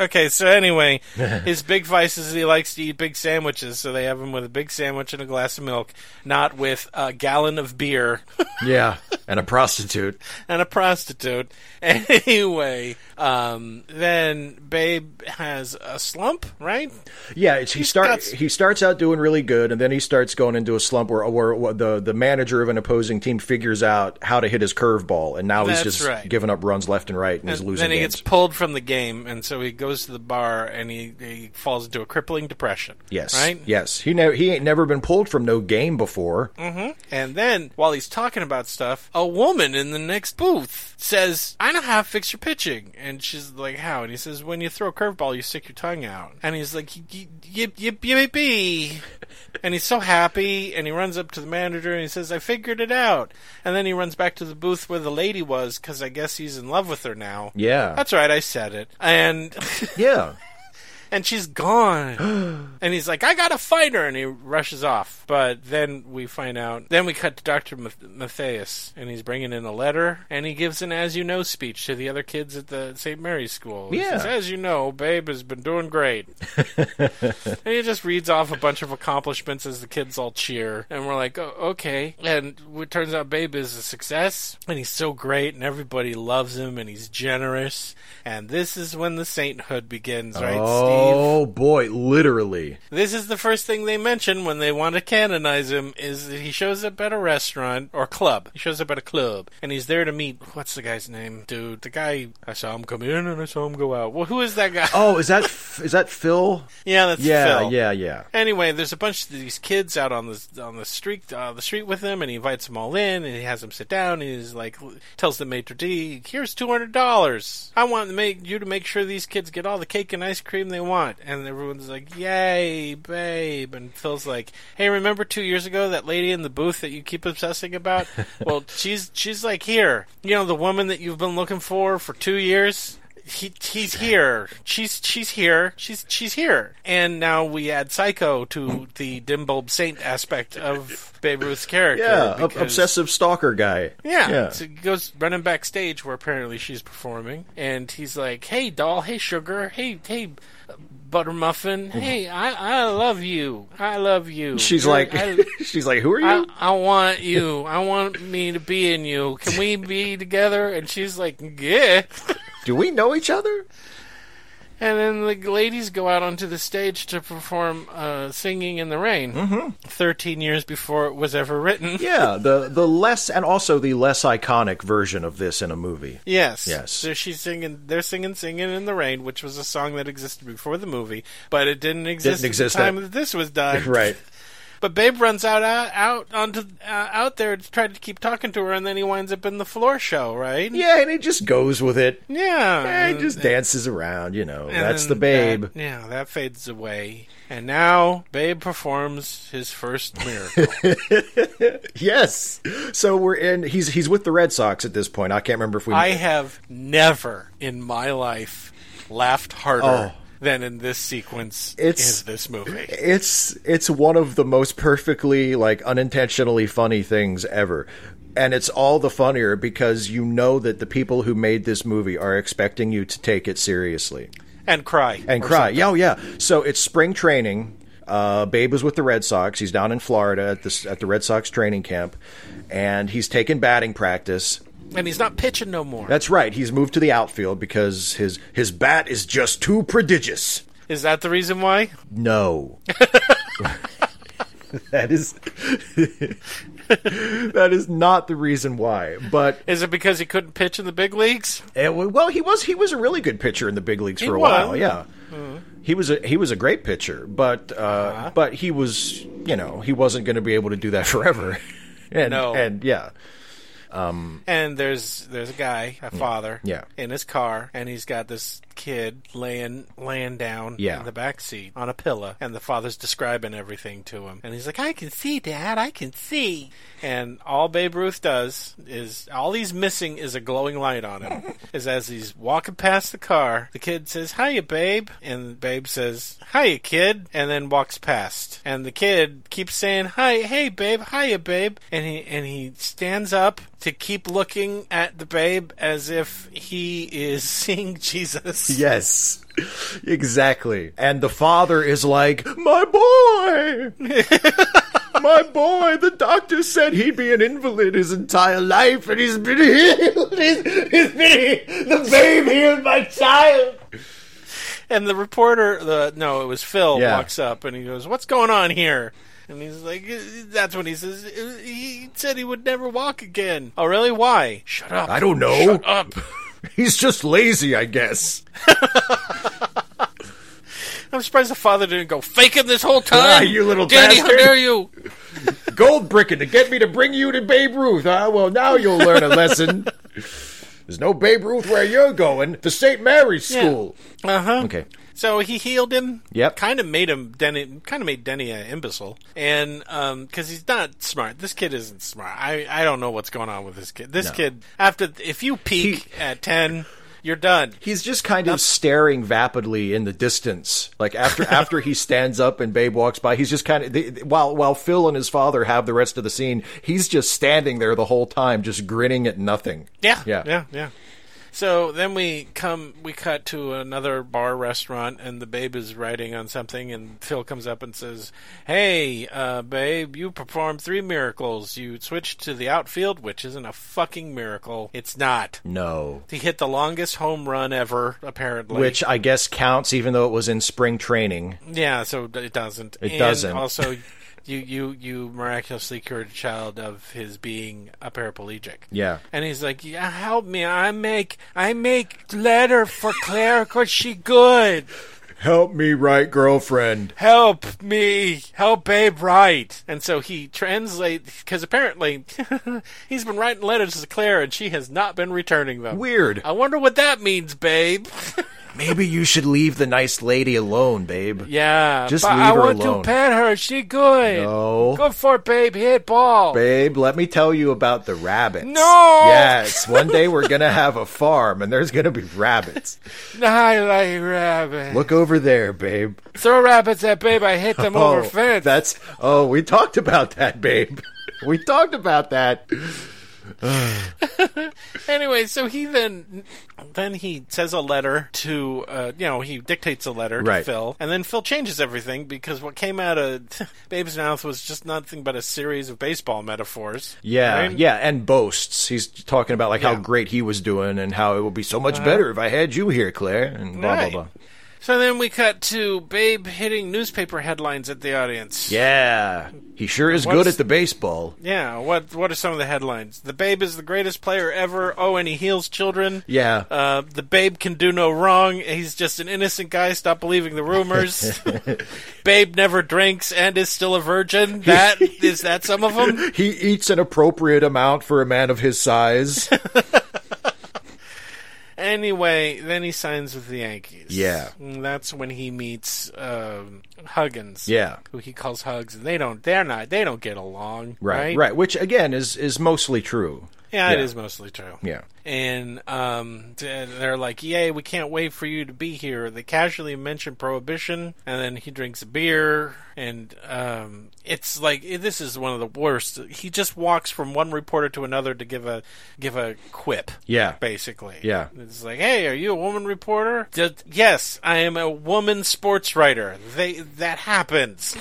Speaker 5: Okay, so
Speaker 6: (laughs)
Speaker 5: anyway, his big vice is he likes to eat big sandwiches, so they have him with a big sandwich and a glass of milk, not with a gallon of beer (laughs)
Speaker 6: Yeah, and a prostitute.
Speaker 5: and a prostitute. (laughs) Anyway, um, then Babe has a slump, right?
Speaker 6: Yeah, it's, he
Speaker 5: He's
Speaker 6: starts.
Speaker 5: got-
Speaker 6: He starts out doing really good, and then he starts going into a slump where, where, where the the manager of an opposing team figures out how to hit his curveball, and now
Speaker 5: That's
Speaker 6: he's just
Speaker 5: right.
Speaker 6: giving up runs left and right, and, he's
Speaker 5: And
Speaker 6: losing
Speaker 5: then he
Speaker 6: games.
Speaker 5: gets pulled from the game, and so he goes to the bar and he, he falls into a crippling depression.
Speaker 6: yes,
Speaker 5: Right?
Speaker 6: yes. He ne- he ain't never been pulled from no game before.
Speaker 5: Mm-hmm. And then, while he's talking about stuff, a woman in the next booth says, I know how to fix your pitching. And she's like, How? And he says, When you throw a curveball, you stick your tongue out. And he's like, "Y- y- Yip, yip, yip, yippee. And he's so happy, and he runs up to the manager and he says, I figured it out. And then he runs back to the booth where the lady was, because I guess he's in love with her now.
Speaker 6: Yeah,
Speaker 5: That's right, I said it. And. (laughs)
Speaker 6: yeah.
Speaker 5: and she's gone.
Speaker 6: (gasps)
Speaker 5: and he's like, I gotta find her, and he rushes off. But then we find out. Then we cut to Doctor Matthias, and he's bringing in a letter, and he gives an "as you know" speech to the other kids at the St. Mary's School. He
Speaker 6: Yeah.
Speaker 5: says, as you know, Babe has been
Speaker 6: (laughs)
Speaker 5: doing great. And he just reads off a bunch of accomplishments as the kids all cheer. And we're like, oh, okay. And it turns out Babe is a success. And he's so great, and everybody loves him, and he's generous. And this is when the sainthood begins, right, Steve?
Speaker 6: oh boy, literally.
Speaker 5: This is the first thing they mention when they want to canonize him is that he shows up at a restaurant or club. He shows up at a club, and he's there to meet, what's the guy's name? Dude, the guy, I saw him come in, and I saw him go out. Well, who is that guy?
Speaker 6: Oh, is that is that Phil?
Speaker 5: (laughs) yeah, that's
Speaker 6: Yeah,
Speaker 5: Phil.
Speaker 6: yeah, yeah.
Speaker 5: Anyway, there's a bunch of these kids out on the on the street uh, the street with him, and he invites them all in, and he has them sit down. And he's like, tells the maitre d, "Here's two hundred dollars. I want to make you to make sure these kids get all the cake and ice cream they want? And everyone's like, yay, babe. And Phil's like, hey, remember two years ago that lady in the booth that you keep obsessing about? well, she's she's like here. You know, the woman that you've been looking for for two years. He, he's here. She's she's here. She's she's here. And now we add Psycho to the dim bulb saint aspect of Babe Ruth's character.
Speaker 6: Yeah, ob-
Speaker 5: because-
Speaker 6: obsessive stalker guy.
Speaker 5: yeah. So he goes running backstage where apparently she's performing, and he's like, "Hey, doll. Hey, sugar. Hey, hey, butter muffin. Hey, I, I love you. I love
Speaker 6: Mm-hmm.
Speaker 5: you."
Speaker 6: she's
Speaker 5: You're-
Speaker 6: like,
Speaker 5: I,
Speaker 6: (laughs) she's like, who are you?
Speaker 5: I, I want you. I want me to be in you. Can we be together? And she's like, "Yeah." (laughs)
Speaker 6: Do we know each other?
Speaker 5: And then the ladies go out onto the stage to perform uh, "Singing in the Rain," mm-hmm. thirteen years before it was ever written.
Speaker 6: Yeah, the the less and also the less iconic version of this in a movie.
Speaker 5: Yes.
Speaker 6: Yes.
Speaker 5: So she's singing. They're singing "Singing in the Rain," which was a song that existed before the movie, but it didn't exist
Speaker 6: Didn't exist
Speaker 5: at the time
Speaker 6: at-
Speaker 5: that this
Speaker 6: (laughs)
Speaker 5: was done. But Babe runs out out, out onto uh, out there to try to keep talking to her, and then he winds up in the floor show, right?
Speaker 6: Yeah, and he just goes with it.
Speaker 5: Yeah.
Speaker 6: And he just dances around, you know. That's the babe.
Speaker 5: That, yeah, that fades away, and now Babe performs his first miracle.
Speaker 6: Yes. So we're in he's he's with the Red Sox at this point. I can't remember if we
Speaker 5: I have never in my life laughed
Speaker 6: Oh.
Speaker 5: harder than in this sequence
Speaker 6: It's-
Speaker 5: in this movie.
Speaker 6: it's it's one of the most perfectly like unintentionally funny things ever and it's all the funnier because you know that the people who made this movie are expecting you to take it seriously
Speaker 5: and cry
Speaker 6: and
Speaker 5: or
Speaker 6: cry yeah oh, yeah so it's spring training uh, Babe is with the Red Sox. He's down in Florida at the at the Red Sox training camp, and he's taking batting practice.
Speaker 5: something. and he's not pitching no more.
Speaker 6: That's right. He's moved to the outfield because his his bat is just too prodigious.
Speaker 5: Is that the reason why?
Speaker 6: No. (laughs) that is (laughs) that is not the reason why. But
Speaker 5: Is it because he couldn't pitch in the big leagues?
Speaker 6: eh, well, he was he was a really good pitcher in the big leagues for a
Speaker 5: was. Mm-hmm.
Speaker 6: while. Yeah, he was a he was a great pitcher, but uh,
Speaker 5: Uh-huh.
Speaker 6: but he was you know he wasn't going to be able to do that (laughs) forever. and
Speaker 5: No.
Speaker 6: and yeah,
Speaker 5: And there's there's a guy, a father,
Speaker 6: Mm. Yeah.
Speaker 5: in his car, and he's got this kid laying laying down
Speaker 6: Yeah.
Speaker 5: in the back seat on a pillow, and the father's describing everything to him, and he's like, "I can see, Dad, I can see." And all Babe Ruth does is all he's missing is a glowing light on him. is as he's walking past the car, the kid says, "Hiya, Babe," and Babe says, "Hiya, kid," and then walks past, and the kid keeps saying, "Hi, hey, Babe, hiya, Babe," and he and he stands up to keep looking at the Babe as if he is (laughs) seeing Jesus.
Speaker 6: yes. Exactly. And the father is like, My
Speaker 5: (laughs)
Speaker 6: boy! My boy! The doctor said he'd be an invalid his entire life, and he's been (laughs) healed! He's, he's been healed! The babe healed my child!
Speaker 5: And the reporter, the no, it was Phil,
Speaker 6: Yeah.
Speaker 5: walks up and he goes, "What's going on here?" And he's like, "Uh, "That's when he says uh, he said he would never walk again." Oh, really? Why? Shut up!
Speaker 6: I don't know.
Speaker 5: Shut up!
Speaker 6: (laughs) He's just lazy, I guess.
Speaker 5: I'm surprised the father didn't go faking this whole
Speaker 6: Ah, (laughs)
Speaker 5: time.
Speaker 6: you little
Speaker 5: Daddy,
Speaker 6: bastard.
Speaker 5: how dare you?
Speaker 6: Gold bricking to get me to bring you to Babe Ruth, huh? Well, now you'll learn a
Speaker 5: (laughs)
Speaker 6: lesson. There's no Babe Ruth where you're going, to St. Mary's School.
Speaker 5: Uh huh.
Speaker 6: Okay.
Speaker 5: So he healed him.
Speaker 6: Uh-huh. Yep.
Speaker 5: Kind of made him Denny. Kind of made Denny an imbecile, and because he's not smart. This kid isn't smart. I I don't know what's going on with this kid. This kid after if you peak at ten, you're done.
Speaker 6: He's just kind of staring vapidly in the distance. Like
Speaker 5: (laughs)
Speaker 6: after after he stands up and Babe walks by, he's just kind of the, the- while while Phil and his father have the rest of the scene, he's just standing there the whole time, just grinning at nothing.
Speaker 5: Yeah,
Speaker 6: Yeah.
Speaker 5: yeah, yeah. So then we come, we cut to another bar restaurant, and the babe is writing on something, and Phil comes up and says, "Hey, uh, babe, you performed three miracles. You switched to the outfield, which isn't a fucking miracle. It's not.
Speaker 6: No.
Speaker 5: He hit the longest home run ever, apparently.
Speaker 6: Which I guess counts, even though it was in spring training.
Speaker 5: yeah, so d- it doesn't.
Speaker 6: It
Speaker 5: And
Speaker 6: doesn't. (laughs)
Speaker 5: Also, you you you miraculously cured a child of his being a paraplegic.
Speaker 6: Yeah.
Speaker 5: And he's like, yeah, help me. I make I make letter for Claire 'cause she good.
Speaker 6: Help me, right, girlfriend?
Speaker 5: Help me. Help Babe write. And so he translates, because apparently (laughs) he's been writing letters to Claire and she has not been returning them.
Speaker 6: Weird.
Speaker 5: I wonder what that means, Babe. (laughs)
Speaker 6: Maybe you should leave the nice lady alone, babe.
Speaker 5: Yeah,
Speaker 6: Just
Speaker 5: but
Speaker 6: leave
Speaker 5: I
Speaker 6: her
Speaker 5: want
Speaker 6: alone.
Speaker 5: to pet her. She good.
Speaker 6: No.
Speaker 5: Good for it, babe. Hit ball.
Speaker 6: Babe, let me tell you about the rabbits.
Speaker 5: No!
Speaker 6: Yes, one day we're going to have a farm and there's going to be rabbits.
Speaker 5: I like rabbits.
Speaker 6: Look over there, babe.
Speaker 5: Throw rabbits at babe. I
Speaker 6: (laughs)
Speaker 5: hit them
Speaker 6: Oh,
Speaker 5: over fence.
Speaker 6: That's Oh, we talked about that, babe. (laughs) We talked about that.
Speaker 5: Anyway, so he then then he says a letter to uh, you know he dictates a letter
Speaker 6: Right.
Speaker 5: to Phil, and then Phil changes everything because what came out of (laughs) Babe's mouth was just nothing but a series of baseball metaphors.
Speaker 6: Yeah,
Speaker 5: right?
Speaker 6: yeah, and boasts. He's talking about like how
Speaker 5: Yeah. Uh-huh.
Speaker 6: great he was doing and how it would be so much better if I had you here, Claire, and blah
Speaker 5: Right.
Speaker 6: blah blah.
Speaker 5: So then we cut to Babe hitting newspaper headlines at the audience.
Speaker 6: Yeah, he sure is good
Speaker 5: What's-
Speaker 6: at the baseball.
Speaker 5: Yeah, what what are some of the headlines? The Babe is the greatest player ever. Oh, and he heals children.
Speaker 6: Yeah.
Speaker 5: Uh, the Babe can do no wrong. He's just an innocent guy. Stop believing
Speaker 6: (laughs)
Speaker 5: the rumors. babe never drinks and is still a virgin. That is that some of them?
Speaker 6: He eats an appropriate amount for a man of his
Speaker 5: (laughs)
Speaker 6: size.
Speaker 5: Anyway, then he signs with the Yankees.
Speaker 6: Yeah.
Speaker 5: And that's when he meets um, Huggins.
Speaker 6: Yeah.
Speaker 5: who he calls Hugs, and they don't. They're not. They don't get along.
Speaker 6: right,
Speaker 5: Right.
Speaker 6: right, which again is is mostly true.
Speaker 5: Yeah, it
Speaker 6: Yeah.
Speaker 5: is mostly true.
Speaker 6: Yeah.
Speaker 5: and um, th- they're like, "Yay, we can't wait for you to be here." They casually mention prohibition, and then he drinks a beer, and um, it's like eh, this is one of the worst. He just walks from one reporter to another to give a give a quip.
Speaker 6: Yeah.
Speaker 5: basically.
Speaker 6: Yeah.
Speaker 5: it's like, "Hey, are you a woman reporter?" D- yes, I am a woman sports writer. They that
Speaker 6: (laughs)
Speaker 5: happens.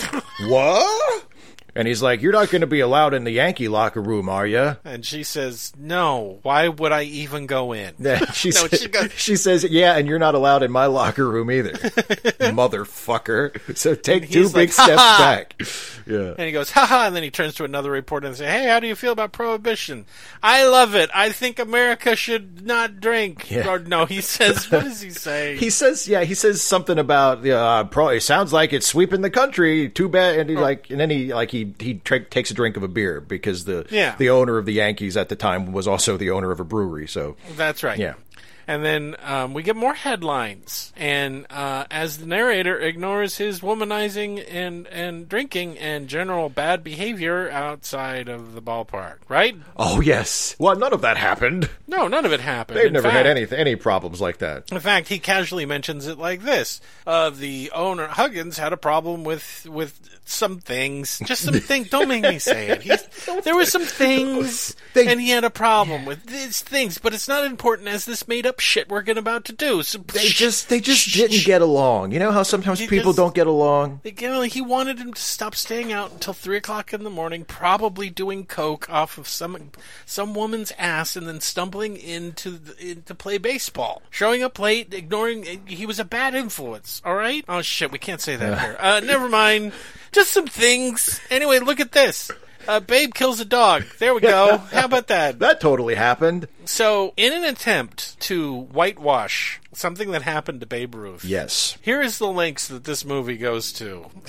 Speaker 6: What? And he's like, "You're not going to be allowed in the Yankee locker room, are
Speaker 5: (laughs)
Speaker 6: you?"
Speaker 5: and she says, "No, why would I even go in?"
Speaker 6: she,
Speaker 5: No,
Speaker 6: sa-
Speaker 5: she goes-
Speaker 6: she says, "Yeah, and you're not allowed in my locker room
Speaker 5: (laughs)
Speaker 6: either, motherfucker." So take two
Speaker 5: he's
Speaker 6: big
Speaker 5: like,
Speaker 6: steps
Speaker 5: "Ha ha."
Speaker 6: back. Yeah,
Speaker 5: And he goes, haha, and then he turns to another reporter and says, Hey, how do you feel about prohibition? I love it. I think America should not drink.
Speaker 6: Yeah.
Speaker 5: Or no, he says, what does
Speaker 6: (laughs)
Speaker 5: he say?
Speaker 6: he says, "Yeah, he says something about uh, pro. It sounds like it's sweeping the country. Too bad." And he like, and then he like he he tra- takes a drink of a beer because the
Speaker 5: Yeah.
Speaker 6: the owner of the Yankees at the time was also the owner of a brewery. So
Speaker 5: That's right.
Speaker 6: Yeah.
Speaker 5: And then um, we get more headlines. And uh, as the narrator ignores his womanizing and, and drinking and general bad behavior outside of the ballpark, right?
Speaker 6: oh yes, well none of that happened.
Speaker 5: No, none of it happened.
Speaker 6: They've
Speaker 5: In
Speaker 6: never had
Speaker 5: fact-
Speaker 6: any any problems like that.
Speaker 5: In fact, he casually mentions it like this: uh, the owner Huggins had a problem with with some things, just
Speaker 6: (laughs)
Speaker 5: some things. Don't make me say it. He, there were some things,
Speaker 6: (laughs) They-
Speaker 5: and he had a problem with these things. But it's not important as this made up shit we're gonna about to do. So
Speaker 6: They just they just didn't get along. You know how sometimes
Speaker 5: You
Speaker 6: people
Speaker 5: just-
Speaker 6: don't get along.
Speaker 5: You know, he wanted him to stop staying out until three o'clock in the morning, probably doing coke off of some some woman's ass, and then stumbling into the, in, to play baseball, showing up late, ignoring. He was a bad influence. All right. Oh shit, we can't say that here. Uh, never mind. Just some things. Anyway, look at this. Uh, babe kills a dog. There we go. How about that?
Speaker 6: That totally happened.
Speaker 5: So, in an attempt to whitewash something that happened to Babe Ruth,
Speaker 6: Yes.
Speaker 5: here is the lengths that this movie goes to. (laughs)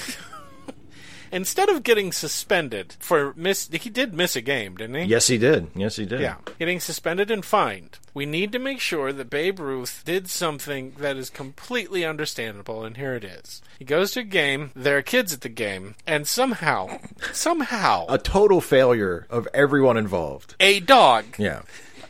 Speaker 5: Instead of getting suspended for miss, he did miss a game, didn't he?
Speaker 6: Yes, he did. Yes, he did.
Speaker 5: Yeah. Getting suspended and fined. We need to make sure that Babe Ruth did something that is completely understandable, and here it is. He goes to a game, there are kids at the game, and somehow, (laughs) somehow,
Speaker 6: A total failure of everyone involved.
Speaker 5: a dog
Speaker 6: Yeah.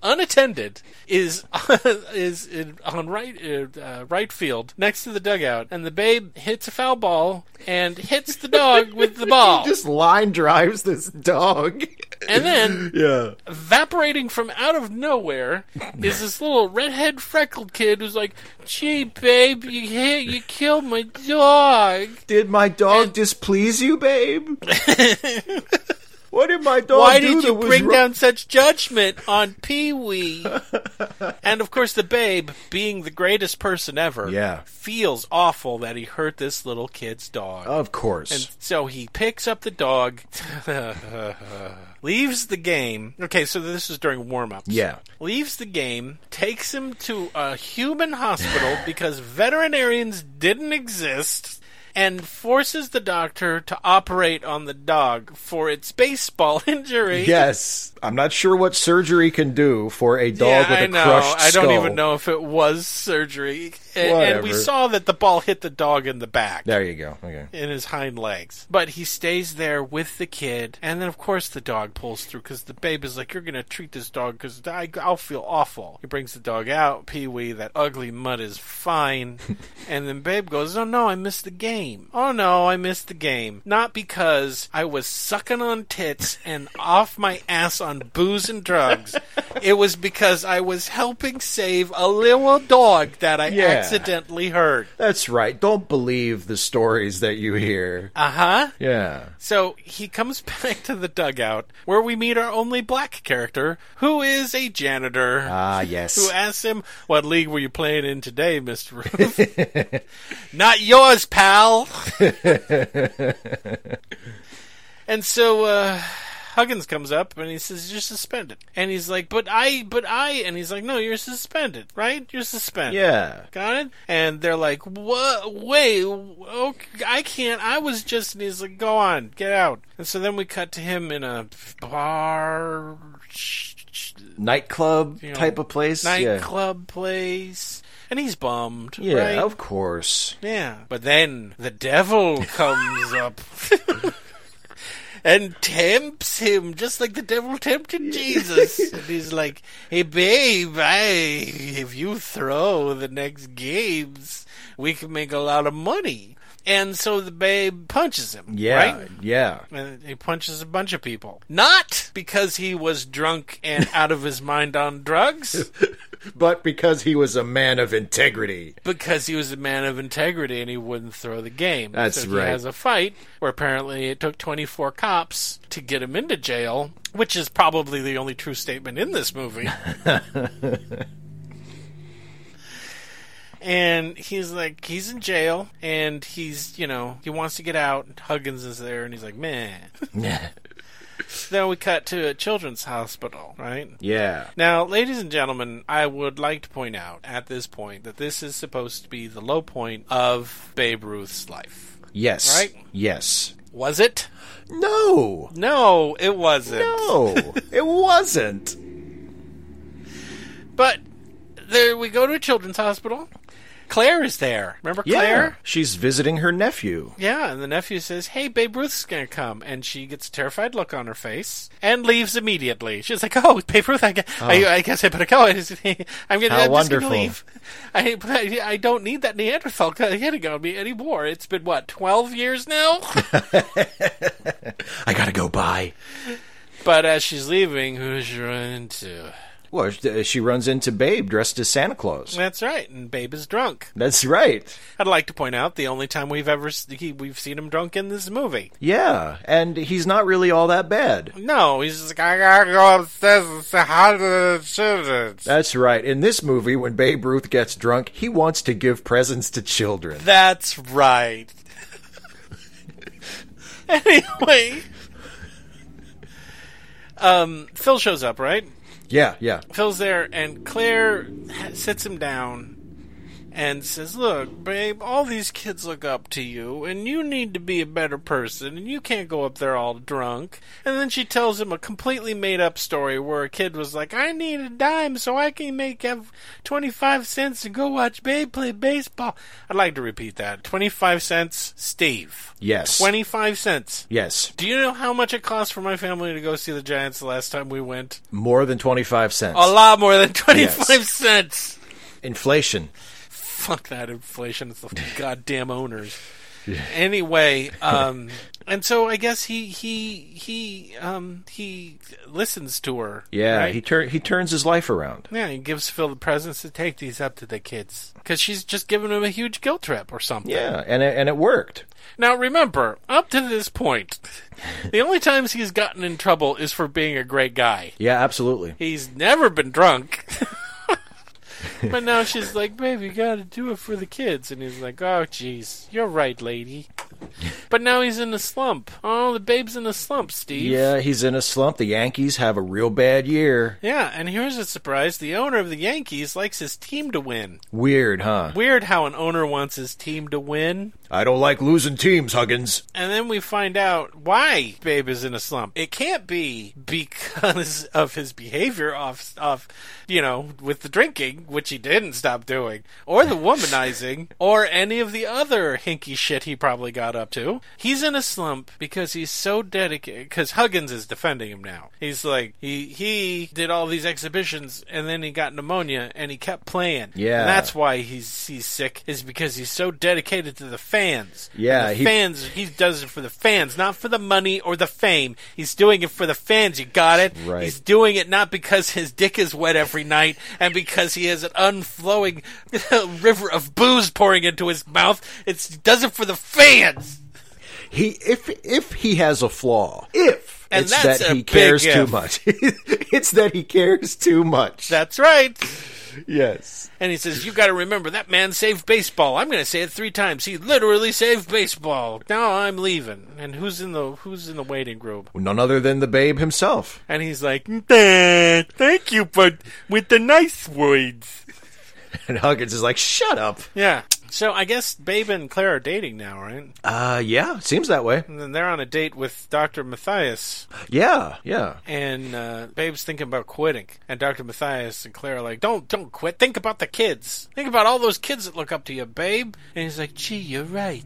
Speaker 5: unattended is (laughs) is in, on right uh, right field next to the dugout, and the babe hits a foul ball and hits the dog with the ball,
Speaker 6: Just line drives this dog.
Speaker 5: and then
Speaker 6: yeah.
Speaker 5: evaporating from out of nowhere is this little redhead freckled kid who's like, "Gee, babe, you hit, you killed my dog.
Speaker 6: Did my dog displease you,
Speaker 5: (laughs)
Speaker 6: babe? what did my dog
Speaker 5: Why
Speaker 6: do
Speaker 5: did
Speaker 6: that
Speaker 5: you
Speaker 6: was
Speaker 5: bring
Speaker 6: wrong?
Speaker 5: down such judgment on
Speaker 6: (laughs)
Speaker 5: Pee Wee?" and of course, the babe, being the greatest person ever,
Speaker 6: Yeah.
Speaker 5: feels awful that he hurt this little kid's dog.
Speaker 6: Of course.
Speaker 5: And so he picks up the dog, (laughs) leaves the game. Okay, so this is during warm ups.
Speaker 6: Yeah.
Speaker 5: Leaves the game,
Speaker 6: (sighs)
Speaker 5: takes him to a human hospital because veterinarians didn't exist. and forces the doctor to operate on the dog for its baseball (laughs) injury.
Speaker 6: Yes, I'm not sure what surgery can do for a dog
Speaker 5: Yeah,
Speaker 6: with a
Speaker 5: I know.
Speaker 6: crushed
Speaker 5: I don't
Speaker 6: skull.
Speaker 5: even know if it was surgery. And, and we
Speaker 6: Whatever.
Speaker 5: saw that the ball hit the dog in the back.
Speaker 6: There you go. Okay.
Speaker 5: in his hind legs. But he stays there with the kid, and then of course the dog pulls through because the babe is like, "You're gonna treat this dog because I'll feel awful." He brings the dog out. Pee Wee, that ugly mutt is (laughs) fine, and then Babe goes, "Oh no, I missed the game. Oh no, I missed the game. Not because I was sucking on tits and off my ass on booze and (laughs) drugs. It was because I was helping save a little dog that I
Speaker 6: Yeah.
Speaker 5: accidentally hurt."
Speaker 6: That's right. Don't believe the stories that you hear.
Speaker 5: Uh huh.
Speaker 6: Yeah.
Speaker 5: So he comes (laughs) back to the dugout where we meet our only black character, who is a janitor. (laughs)
Speaker 6: Ah,
Speaker 5: who
Speaker 6: yes.
Speaker 5: asks him, What league were you playing in today, Mr. Roof? (laughs) Not yours, pal. and so uh, Huggins comes up and he says, You're suspended. And he's like, But I, but I. And he's like, No, you're suspended, right? You're suspended.
Speaker 6: (laughs) Yeah.
Speaker 5: Got it? And they're like, what? Wait, okay, I can't. I was just. And he's like, go on, get out. And so then we cut to him in a bar, sh- sh-
Speaker 6: Nightclub
Speaker 5: You know,
Speaker 6: type of place. yeah.
Speaker 5: nightclub place. And he's bummed.
Speaker 6: Yeah,
Speaker 5: right?
Speaker 6: of course.
Speaker 5: Yeah. But then the devil comes up. And tempts him just like the devil tempted Jesus. and he's like, "Hey, babe, I if you throw the next games, we can make a lot of money." And so the babe punches him.
Speaker 6: Yeah.
Speaker 5: right?
Speaker 6: Yeah.
Speaker 5: And he punches a bunch of people. Not because he was drunk and out of his mind on drugs.
Speaker 6: But because he was a man of integrity.
Speaker 5: because he was a man of integrity and he wouldn't throw the game.
Speaker 6: That's
Speaker 5: so
Speaker 6: right.
Speaker 5: He has a fight where apparently it took 24 cops to get him into jail, which is probably the only true statement in
Speaker 6: (laughs)
Speaker 5: this movie. and he's like, he's in jail, and he's, you know, he wants to get out. Huggins is there, and he's
Speaker 6: (laughs)
Speaker 5: like, man. then we cut to a children's hospital, right?
Speaker 6: yeah.
Speaker 5: Now, ladies and gentlemen, I would like to point out at this point that this is supposed to be the low point of Babe Ruth's life.
Speaker 6: Yes.
Speaker 5: Right?
Speaker 6: Yes.
Speaker 5: Was it?
Speaker 6: No.
Speaker 5: No, it
Speaker 6: (laughs)
Speaker 5: wasn't.
Speaker 6: No. it wasn't.
Speaker 5: But there we go to a children's hospital. Claire is there. Remember
Speaker 6: Yeah.
Speaker 5: Claire?
Speaker 6: She's visiting her nephew.
Speaker 5: Yeah, and the nephew says, "Hey, Babe Ruth's gonna come," and she gets a terrified look on her face and leaves immediately. She's like, "Oh, Babe Ruth, I guess I, I, guess I better go. (laughs) I just, I'm gonna,
Speaker 6: Oh. How
Speaker 5: I'm just gonna
Speaker 6: wonderful.
Speaker 5: leave. I, but I, I don't need that Neanderthal guy (laughs) hitting on me anymore. It's been what twelve years now."
Speaker 6: (laughs) I gotta go by.
Speaker 5: but as she's leaving, who's she running into?
Speaker 6: Well, uh, she- she runs into Babe dressed as Santa Claus.
Speaker 5: That's right, and Babe is drunk.
Speaker 6: That's right.
Speaker 5: I'd like to point out the only time we've ever s- he, we've seen him drunk in this movie.
Speaker 6: Yeah, and he's not really all that bad.
Speaker 5: No, he's just like, "I gotta go upstairs and say hi to the children."
Speaker 6: That's right. In this movie, when Babe Ruth gets drunk, he wants to give presents to children.
Speaker 5: That's right. (laughs) anyway, um, Phil shows up, right?
Speaker 6: Yeah, yeah.
Speaker 5: Phil's there, and Claire ha- sits him down and says, "Look, babe, all these kids look up to you, and you need to be a better person, and you can't go up there all drunk." And then she tells him a completely made-up story where a kid was like, "I need a dime so I can make ev- twenty-five cents to go watch Babe play baseball." I'd like to repeat that: twenty-five cents, Steve.
Speaker 6: Yes.
Speaker 5: Twenty-five cents.
Speaker 6: Yes.
Speaker 5: Do you know how much it cost for my family to go see the Giants the last time we went?
Speaker 6: More than 25 cents.
Speaker 5: A lot more than 25
Speaker 6: Yes.
Speaker 5: cents.
Speaker 6: Inflation.
Speaker 5: Fuck that inflation. It's the (laughs) goddamn owners. Anyway,
Speaker 6: (laughs)
Speaker 5: um, and so I guess he he he um he listens to her.
Speaker 6: Yeah,
Speaker 5: right?
Speaker 6: he tur- he turns his life around.
Speaker 5: yeah. He gives Phil the presents to take these up to the kids because she's just giving him a huge guilt trip or something.
Speaker 6: Yeah, and it, and it worked.
Speaker 5: Now remember, up to this point, (laughs) the only times he's gotten in trouble is for being a great guy.
Speaker 6: Yeah, absolutely.
Speaker 5: He's never been drunk. but now she's like, babe, you gotta do it for the kids. And he's like, oh, jeez, you're right, lady. But now he's in a slump. Oh, the babe's in a slump, Steve.
Speaker 6: Yeah, he's in a slump. The Yankees have a real bad year.
Speaker 5: Yeah, and here's a surprise. The owner of the Yankees likes his team to win.
Speaker 6: Weird, huh?
Speaker 5: Weird how an owner wants his team to win.
Speaker 6: I don't like losing teams, Huggins.
Speaker 5: And then we find out why Babe is in a slump. It can't be because (laughs) of his behavior off, off, you know, with the drinking, which he didn't stop doing, or
Speaker 6: (laughs)
Speaker 5: the womanizing, or any of the other hinky shit he probably got up to. He's in a slump because he's so dedicated. Because Huggins is defending him now. He's like, he he did all these exhibitions, and then he got pneumonia, and he kept playing.
Speaker 6: Yeah.
Speaker 5: and that's why he's he's sick is because he's so dedicated to the fans.
Speaker 6: Yeah,
Speaker 5: And the
Speaker 6: he-
Speaker 5: fans. He does it for the fans, not for the money or the fame. He's doing it for the fans. You got it.
Speaker 6: Right.
Speaker 5: He's doing it not because his dick is wet every night and because he has an unflowing (laughs) river of booze pouring into his mouth. It's he does it for the fans.
Speaker 6: He if if he has a flaw, if
Speaker 5: And
Speaker 6: it's
Speaker 5: that's
Speaker 6: that
Speaker 5: a
Speaker 6: he cares
Speaker 5: big
Speaker 6: too
Speaker 5: if.
Speaker 6: much. (laughs) it's that he cares too much.
Speaker 5: That's right.
Speaker 6: yes.
Speaker 5: And he says, "You got to remember that man saved baseball. I'm going to say it three times. He literally saved baseball. Now I'm leaving. And who's in the who's in the waiting room?
Speaker 6: None other than the babe himself. (laughs)
Speaker 5: And he's like, "Nah, "Thank you, but with the nice words."
Speaker 6: And Huggins is like, "Shut up."
Speaker 5: Yeah. So I guess Babe and Claire are dating now, right?
Speaker 6: Uh yeah, seems that way.
Speaker 5: And then they're on a date with Dr. Matthias,
Speaker 6: Yeah, yeah.
Speaker 5: and uh, Babe's thinking about quitting. And Dr. Matthias and Claire are like, "Don't, don't quit. Think about the kids. Think about all those kids that look up to you, Babe." And he's like, "Gee, you're right."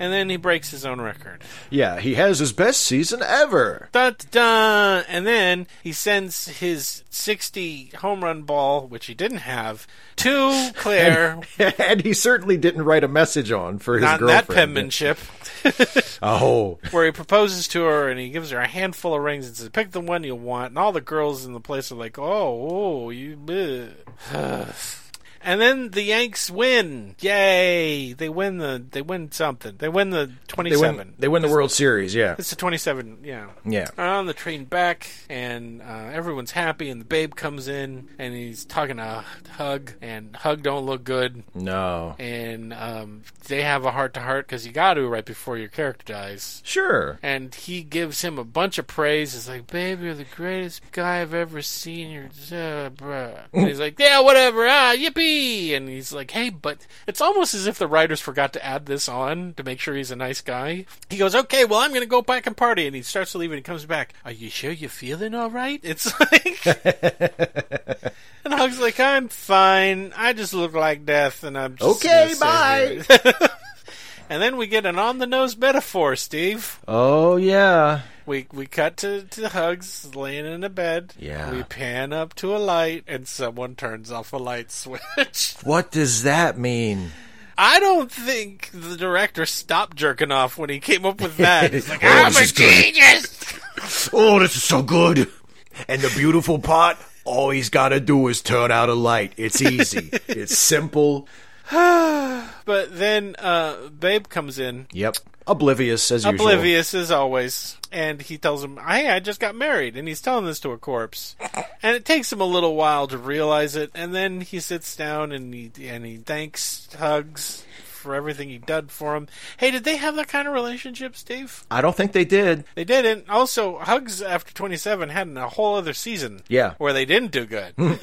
Speaker 5: And then he breaks his own record.
Speaker 6: Yeah, he has his best season ever. (laughs)
Speaker 5: da, da, da. And then he sends his 60 home run ball, which he didn't have,
Speaker 6: (laughs)
Speaker 5: to Claire.
Speaker 6: and he certainly didn't write a message on for his
Speaker 5: Not in
Speaker 6: girlfriend.
Speaker 5: that penmanship. (laughs)
Speaker 6: Oh,
Speaker 5: where he proposes to her and he gives her a handful of rings and says, "Pick the one you want." And all the girls in the place are like, "Oh, oh you." bleh." And then the Yanks win. Yay! They win the. They win something. They win the
Speaker 6: they
Speaker 5: twenty-seven.
Speaker 6: win. They win the World Series. Yeah,
Speaker 5: It's the twenty-seven. Yeah.
Speaker 6: yeah.
Speaker 5: Are on the train back, and uh, everyone's happy, and the babe comes in, and he's talking to Hug, and Hug don't look good,
Speaker 6: No,
Speaker 5: and um, they have a heart to heart because you got to right before your character dies
Speaker 6: sure.
Speaker 5: and he gives him a bunch of praise. He's like, "Babe, you're the greatest guy I've ever seen." You're, uh, bruh." And he's like, "Yeah, whatever, ah, yippee!" And he's like, "Hey, but it's almost as if the writers forgot to add this on to make sure he's a nice guy." He goes, "Okay, well, I'm gonna go back and party," and he starts to leave, and he comes back. Are you sure you're feeling all right? It's (laughs) like, and I was like, "I'm fine. I just look like death, and I'm just
Speaker 6: Okay,
Speaker 5: gonna stay here." (laughs) And then we get an on the nose metaphor, Steve.
Speaker 6: Oh yeah.
Speaker 5: We we cut to, to Hugs laying in a bed.
Speaker 6: Yeah.
Speaker 5: We pan up to a light and someone turns off a light switch. (laughs)
Speaker 6: What does that mean?
Speaker 5: I don't think the director stopped jerking off when he came up with that. He's like,
Speaker 6: Oh,
Speaker 5: "Ah, I'm
Speaker 6: this
Speaker 5: a
Speaker 6: is good."
Speaker 5: genius!
Speaker 6: Oh, this is so good. And the beautiful part, all he's got to do is turn out a light. It's
Speaker 5: (laughs)
Speaker 6: easy. it's simple.
Speaker 5: But then uh, Babe comes in,
Speaker 6: Yep. Oblivious as usual.
Speaker 5: oblivious as always, and he tells him, Hey, I just got married. And he's telling this to
Speaker 6: (laughs)
Speaker 5: a corpse. And it takes him a little while to realize it. And then he sits down and he, and he thanks Hugs for everything he did for him. Hey, did they have that kind of relationship, Steve?
Speaker 6: I don't think they did.
Speaker 5: They didn't. Also, Hugs after 27 had a whole other season.
Speaker 6: Yeah.
Speaker 5: Where they didn't do
Speaker 6: (laughs)
Speaker 5: good. (laughs)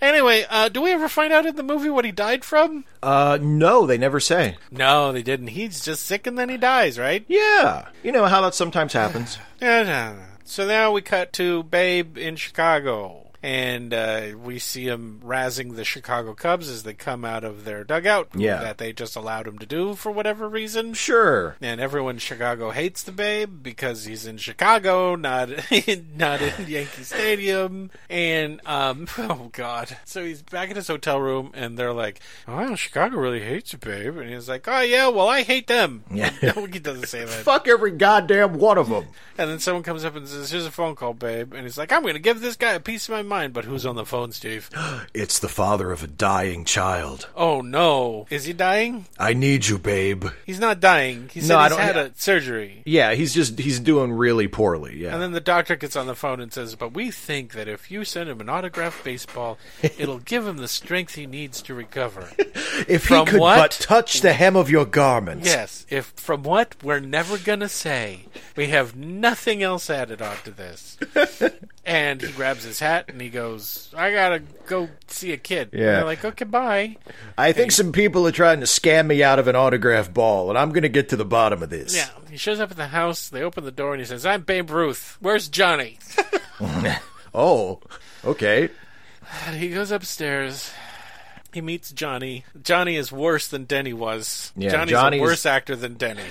Speaker 5: anyway, uh, do we ever find out in the movie what he died from?
Speaker 6: Uh, no, they never say.
Speaker 5: No, they didn't. He's just sick and then he dies, right?
Speaker 6: Yeah. You know how that sometimes happens.
Speaker 5: Yeah, yeah, yeah. So now we cut to Babe in Chicago. And uh, we see him razzing the Chicago Cubs as they come out of their dugout
Speaker 6: Yeah.
Speaker 5: that they just allowed him to do for whatever reason.
Speaker 6: Sure.
Speaker 5: And everyone in Chicago hates the Babe because he's in Chicago, not (laughs) not in Yankee Stadium. And um, (laughs) oh god, so he's back in his hotel room, and they're like, "Oh, Chicago really hates you, Babe." And he's like, "Oh yeah, well I hate them."
Speaker 6: Yeah.
Speaker 5: no, (laughs) he doesn't say that.
Speaker 6: Fuck every goddamn one of them.
Speaker 5: And then someone comes up and says, "Here's a phone call, babe." And he's like, "I'm going to give this guy a piece of my mind, but who's on the phone,
Speaker 6: (gasps)
Speaker 5: Steve?
Speaker 7: It's the father of a dying child.
Speaker 5: Oh no, is he dying?
Speaker 7: I need you, babe.
Speaker 5: He's not dying. He said
Speaker 6: I
Speaker 5: he's
Speaker 6: don't-
Speaker 5: had a surgery.
Speaker 6: Yeah, he's just he's doing really poorly. Yeah.
Speaker 5: And then the doctor gets on the phone and says, "But we think that if you send him an autographed
Speaker 6: (laughs)
Speaker 5: baseball, it'll give him the strength he needs to recover."
Speaker 7: If
Speaker 5: From
Speaker 7: he could
Speaker 5: what?
Speaker 7: but touch the hem of your garment.
Speaker 5: yes, if from what we're never gonna say, we have nothing else added
Speaker 6: (laughs)
Speaker 5: onto this. and he grabs his hat and he goes, "I gotta go see a kid." And
Speaker 6: Yeah.
Speaker 5: they're like, "Okay, bye."
Speaker 6: I think some people are trying to scam me out of an autograph ball, and I'm going to get to the bottom of this.
Speaker 5: Yeah, he shows up at the house. They open the door and he says, "I'm Babe Ruth. Where's Johnny?"
Speaker 6: Oh, okay.
Speaker 5: He goes upstairs. He meets Johnny. Johnny is worse than Denny was.
Speaker 6: Yeah,
Speaker 5: Johnny's
Speaker 6: Johnny
Speaker 5: a
Speaker 6: is-
Speaker 5: worse actor than Denny,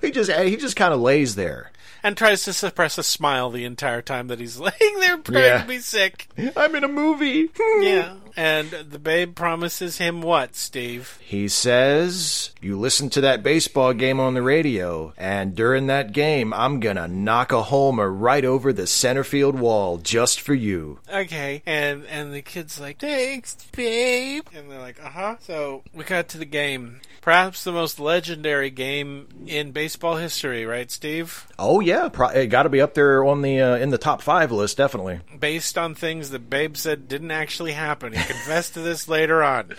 Speaker 6: he just he just kind of lays there.
Speaker 5: and tries to suppress a smile the entire time that he's (laughs) laying there trying
Speaker 6: Yeah.
Speaker 5: to be sick.
Speaker 6: I'm in a movie. (laughs)
Speaker 5: yeah, and the babe promises him what, Steve?
Speaker 6: He says, "You listen to that baseball game on the radio, and during that game, I'm going to knock a homer right over the center field wall just for you."
Speaker 5: Okay, and and the kid's like, "Thanks, babe," and they're like, "Uh huh." So we got to the game. Perhaps the most legendary game in baseball history, right, Steve?
Speaker 6: Oh yeah, pro- it got to be up there on the uh, in the top 5 list definitely.
Speaker 5: based on things that Babe said didn't actually happen. He confessed to this later on.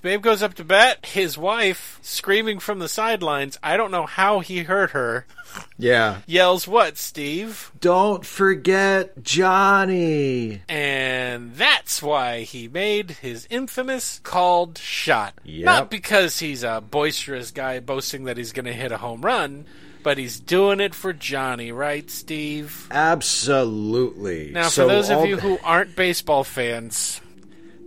Speaker 5: Babe goes up to bat. His wife, screaming from the sidelines, I don't know how he heard her,
Speaker 6: Yeah.
Speaker 5: yells, What, Steve?
Speaker 6: Don't forget Johnny.
Speaker 5: And that's why he made his infamous called shot.
Speaker 6: Yep.
Speaker 5: Not because he's a boisterous guy boasting that he's going to hit a home run, but he's doing it for Johnny, right, Steve?
Speaker 6: Absolutely.
Speaker 5: Now,
Speaker 6: So
Speaker 5: for those
Speaker 6: all-
Speaker 5: of you who aren't baseball fans,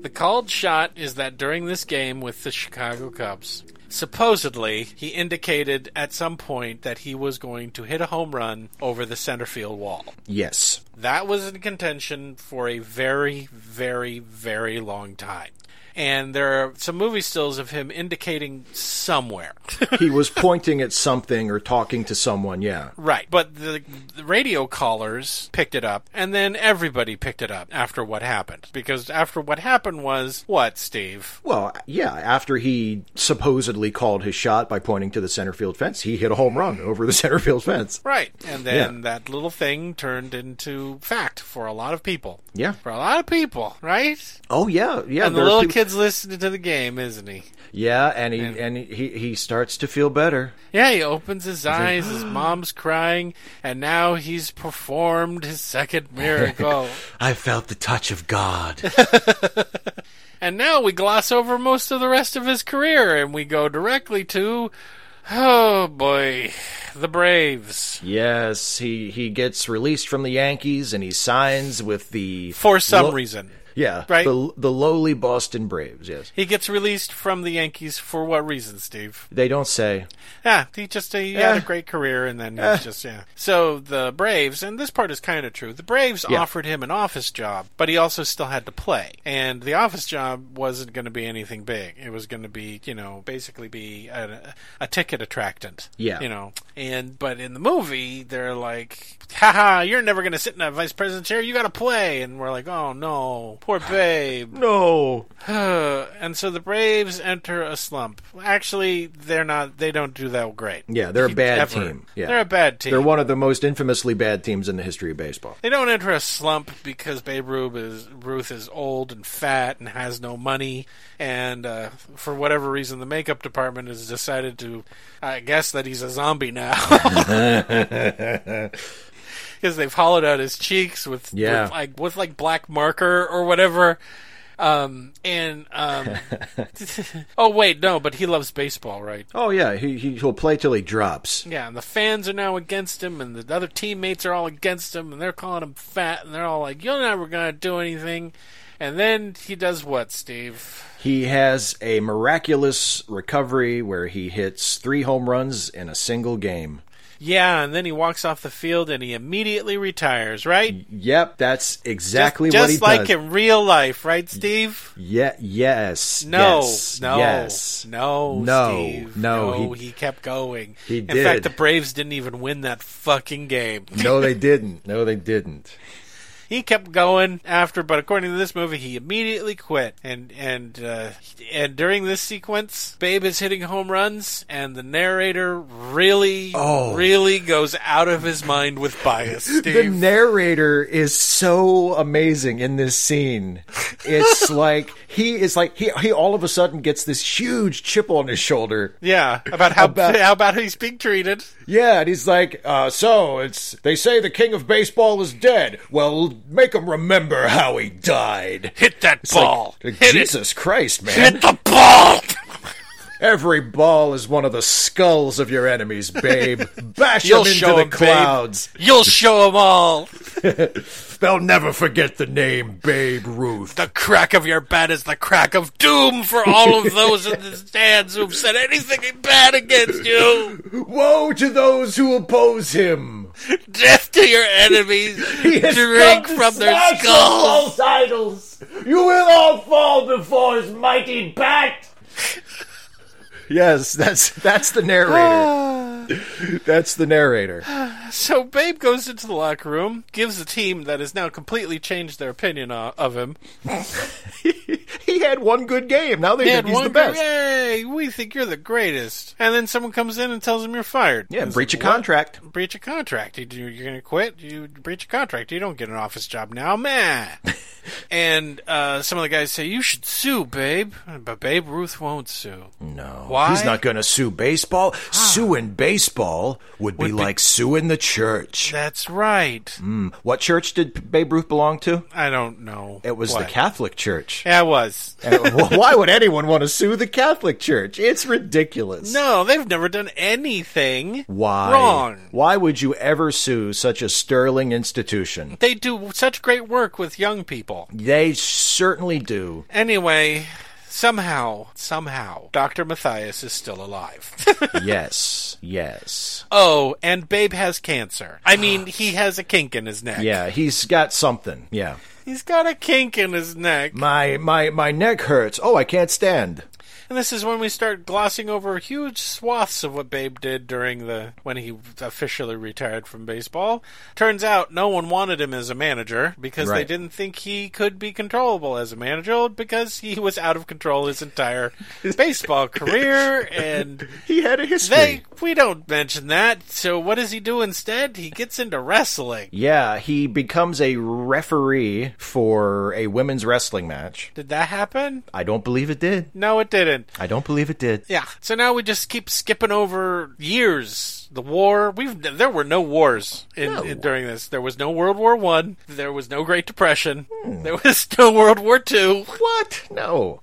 Speaker 5: the called shot is that during this game with the Chicago Cubs, supposedly he indicated at some point that he was going to hit a home run over the center field wall.
Speaker 6: Yes.
Speaker 5: That was in contention for a very, very, very long time. And there are some movie stills of him indicating somewhere.
Speaker 6: (laughs) He was pointing at something or talking to someone, yeah.
Speaker 5: Right. But the, the radio callers picked it up, and then everybody picked it up after what happened. Because after what happened was what, Steve?
Speaker 6: Well, yeah, after he supposedly called his shot by pointing to the center field fence, he hit a home run over the (laughs) center field fence.
Speaker 5: Right. And then
Speaker 6: Yeah.
Speaker 5: that little thing turned into fact for a lot of people.
Speaker 6: Yeah.
Speaker 5: For a lot of people, right?
Speaker 6: Oh yeah, yeah.
Speaker 5: and the
Speaker 6: there are
Speaker 5: little
Speaker 6: people-
Speaker 5: kid's listening to the game, isn't he?
Speaker 6: Yeah, and he and he he starts to feel better.
Speaker 5: Yeah, he opens his eyes, his mom's crying, and now he's performed his second miracle.
Speaker 7: I felt the touch of God.
Speaker 5: And now we gloss over most of the rest of his career and we go directly to oh boy, the Braves.
Speaker 6: (laughs) Yes, he he gets released from the Yankees and he signs with the
Speaker 5: For some
Speaker 6: Lo-
Speaker 5: reason.
Speaker 6: yeah
Speaker 5: right.
Speaker 6: the the lowly Boston Braves. Yes,
Speaker 5: He gets released from the Yankees for what reason, Steve?
Speaker 6: they don't say.
Speaker 5: Yeah, he just he had
Speaker 6: Eh.
Speaker 5: a great career and then he was just yeah. So the Braves, and this part is kind of true. The Braves
Speaker 6: Yeah.
Speaker 5: offered him an office job, but he also still had to play. And the office job wasn't going to be anything big. It was going to be, you know, basically be a, a ticket attractant.
Speaker 6: Yeah.
Speaker 5: you know. And but in the movie, they're like, "Haha, you're never going to sit in a vice president chair. You got to play." And we're like, "Oh no, poor babe."
Speaker 6: No.
Speaker 5: (sighs) and so the Braves enter a slump. Actually, they're not. They don't do that great.
Speaker 6: Yeah, they're a bad
Speaker 5: Ever.
Speaker 6: team. Yeah.
Speaker 5: They're a bad team.
Speaker 6: They're one of the most infamously bad teams in the history of baseball.
Speaker 5: They don't enter a slump because Babe Ruth is, Ruth is old and fat and has no money, and uh, for whatever reason, the makeup department has decided to, I guess, that he's a zombie now. Because they've hollowed out his cheeks with,
Speaker 6: Yeah.
Speaker 5: with like with like black marker or whatever. Um, and um, (laughs) oh wait, no, but he loves baseball, right?
Speaker 6: Oh yeah, he, he he'll play till he drops.
Speaker 5: Yeah, and the fans are now against him, and the other teammates are all against him, and they're calling him fat, and they're all like, "You're never gonna do anything." And then he does what, Steve?
Speaker 6: He has a miraculous recovery where he hits three home runs in a single game.
Speaker 5: Yeah, and then he walks off the field and he immediately retires, right?
Speaker 6: Yep, that's exactly
Speaker 5: just,
Speaker 6: what he
Speaker 5: just like
Speaker 6: does.
Speaker 5: in real life, right, Steve?
Speaker 6: Yeah. Yes.
Speaker 5: No,
Speaker 6: Yes.
Speaker 5: no,
Speaker 6: Yes.
Speaker 5: no,
Speaker 6: No.
Speaker 5: Steve,
Speaker 6: No,
Speaker 5: He,
Speaker 6: he-
Speaker 5: kept going.
Speaker 6: He
Speaker 5: In
Speaker 6: did.
Speaker 5: fact, the Braves didn't even win that fucking game.
Speaker 6: no, they didn't. No, they didn't.
Speaker 5: He kept going after, but according to this movie, he immediately quit. And and uh, and during this sequence, Babe is hitting home runs, and the narrator really,
Speaker 7: Oh.
Speaker 5: really goes out of his mind with bias. Steve.
Speaker 6: The narrator is so amazing in this scene.
Speaker 5: (laughs)
Speaker 6: It's like he is like he he all of a sudden gets this huge chip on his shoulder.
Speaker 5: Yeah, about how
Speaker 6: About-
Speaker 5: how about he's being treated.
Speaker 6: Yeah, and he's like, uh, so it's they say the king of baseball is dead. Well, make him remember how he died.
Speaker 5: Hit that
Speaker 6: It's like, like, Jesus Christ, man.
Speaker 5: the ball.
Speaker 6: Every ball is one of the skulls of your enemies,
Speaker 5: (laughs)
Speaker 6: babe. Bash
Speaker 5: You'll
Speaker 6: them into
Speaker 5: show
Speaker 6: the
Speaker 5: him, babe.
Speaker 6: clouds.
Speaker 5: You'll show them all.
Speaker 6: They'll never forget the name Babe Ruth.
Speaker 5: The crack of your bat is the crack of doom for all of those in the stands who've said anything bad against you.
Speaker 6: Woe to those who oppose him.
Speaker 5: Death to your (laughs) enemies.
Speaker 6: He has
Speaker 5: Drink
Speaker 6: come to
Speaker 5: from their
Speaker 6: snatch
Speaker 5: skulls.
Speaker 6: false idols. You will all fall before his mighty bat. yes, that's that's the narrator. (sighs) that's the narrator.
Speaker 5: So Babe goes into the locker room, gives the team that has now completely changed their opinion o- of him.
Speaker 6: he had one good game. Now they think
Speaker 5: And
Speaker 6: he's
Speaker 5: one
Speaker 6: the best.
Speaker 5: guy, yay, we think you're the greatest. And then someone comes in and tells him you're fired.
Speaker 6: Yeah,
Speaker 5: He's
Speaker 6: breach
Speaker 5: like,
Speaker 6: of
Speaker 5: "What?
Speaker 6: contract.
Speaker 5: breach a contract. You, you're going to quit. You breach a contract. You don't get an office job now, (laughs) man. and uh, some of the guys say you should sue, Babe, but Babe Ruth won't sue.
Speaker 7: No.
Speaker 5: Why? Ah.
Speaker 7: He's not going to sue baseball. Suing baseball would, be,
Speaker 5: be-
Speaker 7: like suing the church.
Speaker 5: That's right.
Speaker 7: Mm.
Speaker 6: What church did Babe Ruth belong to?
Speaker 5: I don't know.
Speaker 7: It was the
Speaker 5: what.
Speaker 7: Catholic Church.
Speaker 5: Yeah, it was.
Speaker 6: Well, (laughs) Why would anyone want to sue the Catholic Church? It's ridiculous.
Speaker 5: No, they've never done anything
Speaker 6: Why?
Speaker 5: wrong.
Speaker 6: Why would you ever sue such a sterling institution?
Speaker 5: They do such great work with young people.
Speaker 6: They certainly do.
Speaker 5: Anyway, somehow, somehow, Dr. Matthias is still alive. (laughs)
Speaker 6: Yes, yes.
Speaker 5: oh, and Babe has cancer.
Speaker 7: (gasps)
Speaker 5: I mean, he has a kink in his neck.
Speaker 6: Yeah, he's got something. Yeah.
Speaker 5: He's got a kink in his neck.
Speaker 6: My my my neck hurts. Oh, I can't stand.
Speaker 5: And this is when we start glossing over huge swaths of what Babe did during the when he officially retired from baseball. Turns out no one wanted him as a manager because they
Speaker 6: Right.
Speaker 5: didn't think he could be controllable as a manager because he was out of control his entire baseball career and
Speaker 6: He had a history.
Speaker 5: they we don't mention that. So what does he do instead? He gets into wrestling.
Speaker 6: yeah, he becomes a referee for a women's wrestling match.
Speaker 5: Did that happen?
Speaker 6: I don't believe it did.
Speaker 5: No, it didn't.
Speaker 6: I don't believe it did.
Speaker 5: Yeah. So now we just keep skipping over years. The war. We've there were no wars in, in- during this. There was no World War One. There was no Great Depression.
Speaker 6: Hmm.
Speaker 5: There was (laughs) no World War Two.
Speaker 6: What? No.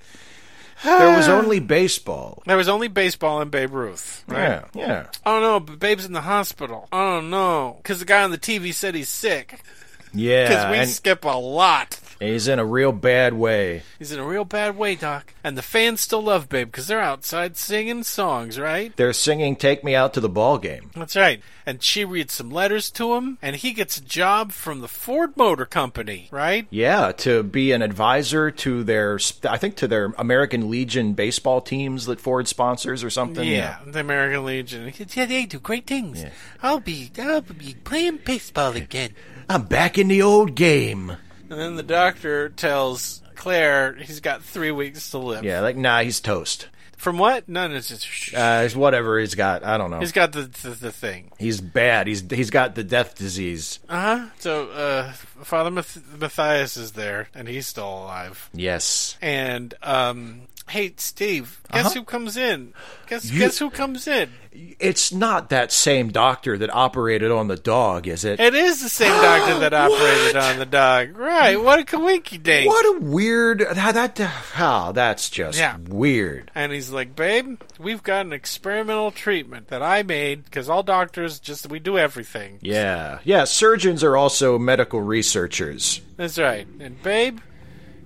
Speaker 7: There
Speaker 6: (sighs)
Speaker 7: was only baseball.
Speaker 5: There was only baseball and Babe Ruth. Right?
Speaker 6: Yeah, yeah.
Speaker 5: Oh no, but Babe's in the hospital. Oh no, because the guy on the TV said he's sick. Because
Speaker 6: Yeah,
Speaker 5: we
Speaker 6: and
Speaker 5: skip a lot.
Speaker 6: he's in a real bad way.
Speaker 5: He's in a real bad way, Doc. And the fans still love Babe because they're outside singing songs, right?
Speaker 6: They're singing "Take Me Out to the Ball Game."
Speaker 5: That's right. And she reads some letters to him, and he gets a job from the Ford Motor Company, right?
Speaker 6: Yeah, to be an advisor to their, I think to their American Legion baseball teams that Ford sponsors or something.
Speaker 5: Yeah, the American Legion. He said, Yeah, they do great things. I'll be, I'll be playing baseball again.
Speaker 7: I'm back in the old game.
Speaker 5: and then the doctor tells Claire he's got three weeks to live.
Speaker 6: Yeah, like nah, he's toast.
Speaker 5: From what? No, no, it's just.
Speaker 6: Uh, it's whatever he's got, I don't know.
Speaker 5: He's got the, the the thing.
Speaker 6: He's bad. He's he's got the death disease.
Speaker 5: Uh huh. So, uh, Father Math- Matthias is there, and he's still alive.
Speaker 6: Yes.
Speaker 5: And um, hey, Steve, guess who comes in? Guess guess who comes in?
Speaker 6: It's not that same doctor that operated on the dog, is it?
Speaker 5: It is the same doctor that operated on the dog. Right. What a coinky dink.
Speaker 6: What a weird that that how that's just
Speaker 5: Yeah.
Speaker 6: weird.
Speaker 5: And he's like, babe, we've got an experimental treatment that I made because all doctors just, we do everything.
Speaker 6: Yeah. Yeah, surgeons are also medical researchers.
Speaker 5: That's right. And babe,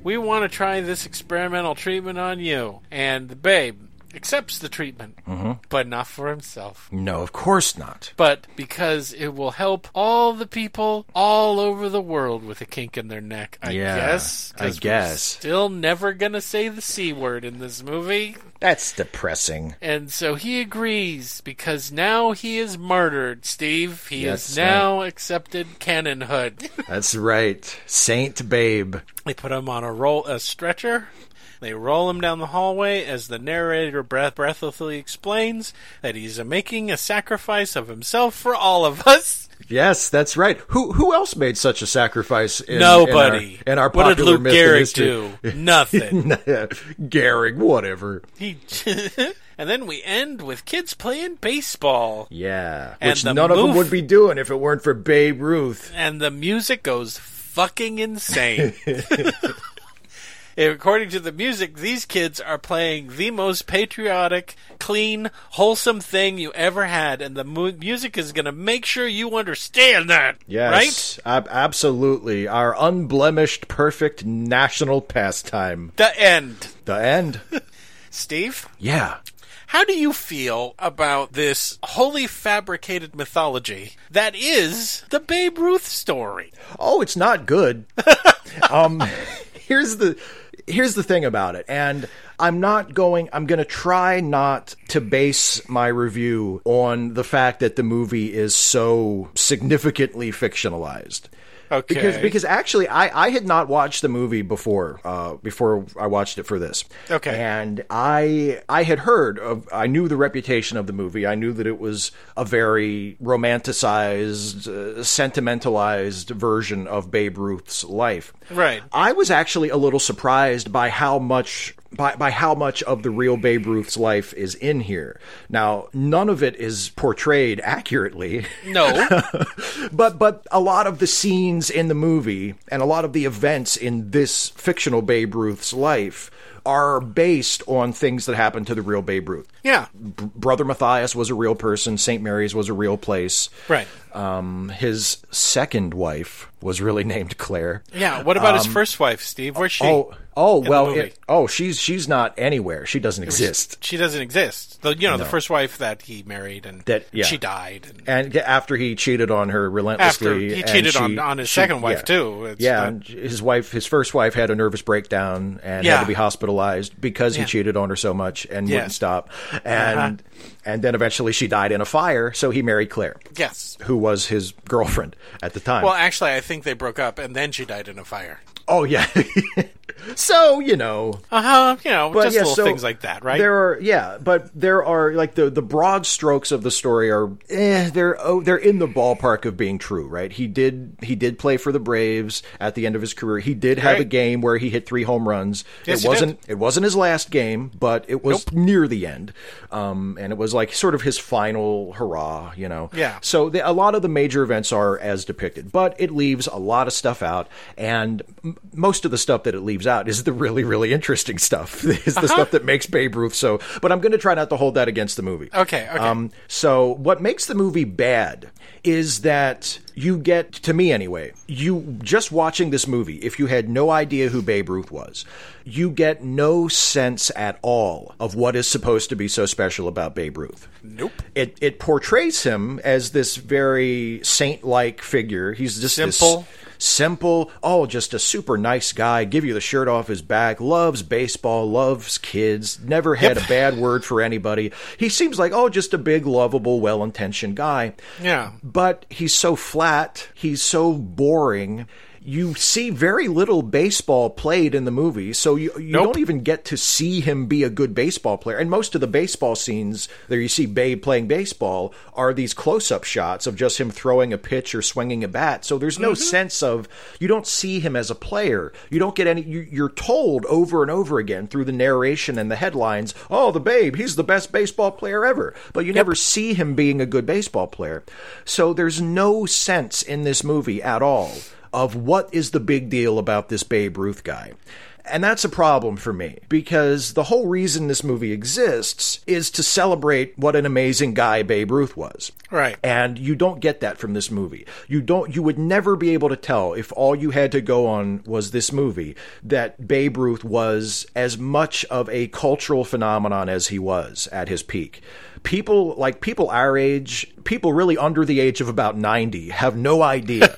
Speaker 5: we want to try this experimental treatment on you. And babe accepts the treatment, but not for himself.
Speaker 7: No, of course not.
Speaker 5: But because it will help all the people all over the world with a kink in their neck, I
Speaker 7: Yeah,
Speaker 5: guess.
Speaker 7: I
Speaker 5: 'cause we're
Speaker 7: guess.
Speaker 5: still never gonna say the c word in this movie.
Speaker 6: That's depressing.
Speaker 5: And so he agrees because now he is martyred, Steve. He
Speaker 7: Yes,
Speaker 5: is now accepted canonhood. (laughs)
Speaker 7: That's right. Saint Babe.
Speaker 5: they put him on a roll a stretcher. They roll him down the hallway as the narrator breath- breathlessly explains that he's making a sacrifice of himself for all of us.
Speaker 7: Yes, that's right. Who who else made such a sacrifice? In,
Speaker 5: Nobody.
Speaker 7: In our, in our
Speaker 5: what did
Speaker 7: popular
Speaker 5: Luke
Speaker 7: myth and
Speaker 5: Gehrig do?
Speaker 7: history? (laughs) uh,
Speaker 5: Nothing.
Speaker 7: Gehrig, whatever.
Speaker 5: He. (laughs) and then we end with kids playing baseball.
Speaker 7: Yeah.
Speaker 5: And
Speaker 7: Which
Speaker 5: the
Speaker 7: none of them
Speaker 5: moof-
Speaker 7: would be doing if it weren't for Babe Ruth.
Speaker 5: and the music goes
Speaker 7: (laughs)
Speaker 5: fucking insane. According to the music, these kids are playing the most patriotic, clean, wholesome thing you ever had, and the mu- music is going to make sure you understand that. Right?
Speaker 6: Yes, ab- absolutely. Our unblemished, perfect national pastime.
Speaker 5: The end.
Speaker 6: The end.
Speaker 5: Steve,
Speaker 7: Yeah.
Speaker 5: how do you feel about this wholly fabricated mythology that is the Babe Ruth story?
Speaker 6: oh, it's not good. um, here's the here's the thing about it, and I'm not going. I'm going to try not to base my review on the fact that the movie is so significantly fictionalized.
Speaker 5: Okay.
Speaker 6: Because because actually I, I had not watched the movie before uh, before I watched it for this.
Speaker 5: Okay.
Speaker 6: And I I had heard of I knew the reputation of the movie. I knew that it was a very romanticized, uh, sentimentalized version of Babe Ruth's life.
Speaker 5: Right.
Speaker 6: I was actually a little surprised by how much by, by how much of the real Babe Ruth's life is in here. Now, none of it is portrayed accurately. (laughs)
Speaker 5: No.
Speaker 6: but but a lot of the scenes in the movie and a lot of the events in this fictional Babe Ruth's life are based on things that happened to the real Babe Ruth.
Speaker 5: yeah.
Speaker 6: B- Brother Matthias was a real person. St. Mary's was a real place.
Speaker 5: Right.
Speaker 6: Um, his second wife was really (laughs) named Claire.
Speaker 5: Yeah. What about his first wife, Steve? Where's she?
Speaker 6: Um, Oh, oh
Speaker 5: the
Speaker 6: well.
Speaker 5: movie.
Speaker 6: It, oh, she's she's not anywhere. She doesn't exist.
Speaker 5: She doesn't exist. The, you know, the first wife that he married and
Speaker 6: That- yeah.
Speaker 5: she died. And
Speaker 6: And g- after he cheated on her relentlessly,
Speaker 5: After he
Speaker 6: and
Speaker 5: cheated
Speaker 6: she-
Speaker 5: on- on his
Speaker 6: she-
Speaker 5: second wife,
Speaker 6: yeah.
Speaker 5: too. It's
Speaker 6: yeah,
Speaker 5: not-
Speaker 6: and his wife, his first wife, had a nervous breakdown and had
Speaker 5: Yeah.
Speaker 6: to be hospitalized because
Speaker 5: Yeah. Uh-huh.
Speaker 6: he cheated on her so much and
Speaker 5: Yeah.
Speaker 6: wouldn't stop. And and then eventually she died in a fire, so he married Claire,
Speaker 5: yes.
Speaker 6: who was his girlfriend at the time.
Speaker 5: Well, actually, I think they broke up and then she died in a fire.
Speaker 6: oh yeah. (laughs) so you know,
Speaker 5: Uh huh. You know,
Speaker 6: But
Speaker 5: just
Speaker 6: yeah,
Speaker 5: little
Speaker 6: so
Speaker 5: things like that, right?
Speaker 6: There are yeah, but there are like the the broad strokes of the story are eh, they're oh they're in the ballpark of being true, right? He did he did play for the Braves at the end of his career. He did have a
Speaker 5: Right.
Speaker 6: game where he hit three home runs.
Speaker 5: Yes, he
Speaker 6: it wasn't it wasn't his last game, but it was near the end, um, and it was like sort of his final hurrah, you know.
Speaker 5: Yeah.
Speaker 6: So the, a lot of the major events are as depicted, but it leaves a lot of stuff out, and m- most of the stuff that it leaves out is the really, really interesting stuff. (laughs) Is the stuff that makes Babe Ruth so. But I'm going to try not to hold that against the movie.
Speaker 5: Okay, okay.
Speaker 6: Um, so what makes the movie bad is that you get to me anyway. You just watching this movie, if you had no idea who Babe Ruth was, you get no sense at all of what is supposed to be so special about Babe Ruth
Speaker 5: nope.
Speaker 6: it it portrays him as this very saint like figure. He's just this
Speaker 5: Simple.
Speaker 6: simple, oh, just a super nice guy. Give you the shirt off his back. Loves baseball. Loves kids. Never had a bad word for anybody. He seems like oh, just a big, lovable, well intentioned guy.
Speaker 5: Yeah.
Speaker 6: But he's so flat. He's so boring. You see very little baseball played in the movie, so you, you
Speaker 5: Nope.
Speaker 6: don't even get to see him be a good baseball player. And most of the baseball scenes there you see Babe playing baseball are these close up shots of just him throwing a pitch or swinging a bat. So there's no sense of, you don't see him as a player. You don't get any, you, you're told over and over again through the narration and the headlines, oh, the Babe, he's the best baseball player ever. But you never see him being a good baseball player. So there's no sense in this movie at all of what is the big deal about this Babe Ruth guy. And that's a problem for me because the whole reason this movie exists is to celebrate what an amazing guy Babe Ruth was.
Speaker 5: Right.
Speaker 6: And you don't get that from this movie. You don't you would never be able to tell if all you had to go on was this movie that Babe Ruth was as much of a cultural phenomenon as he was at his peak. People like people our age, people really under the age of about 90 have no idea.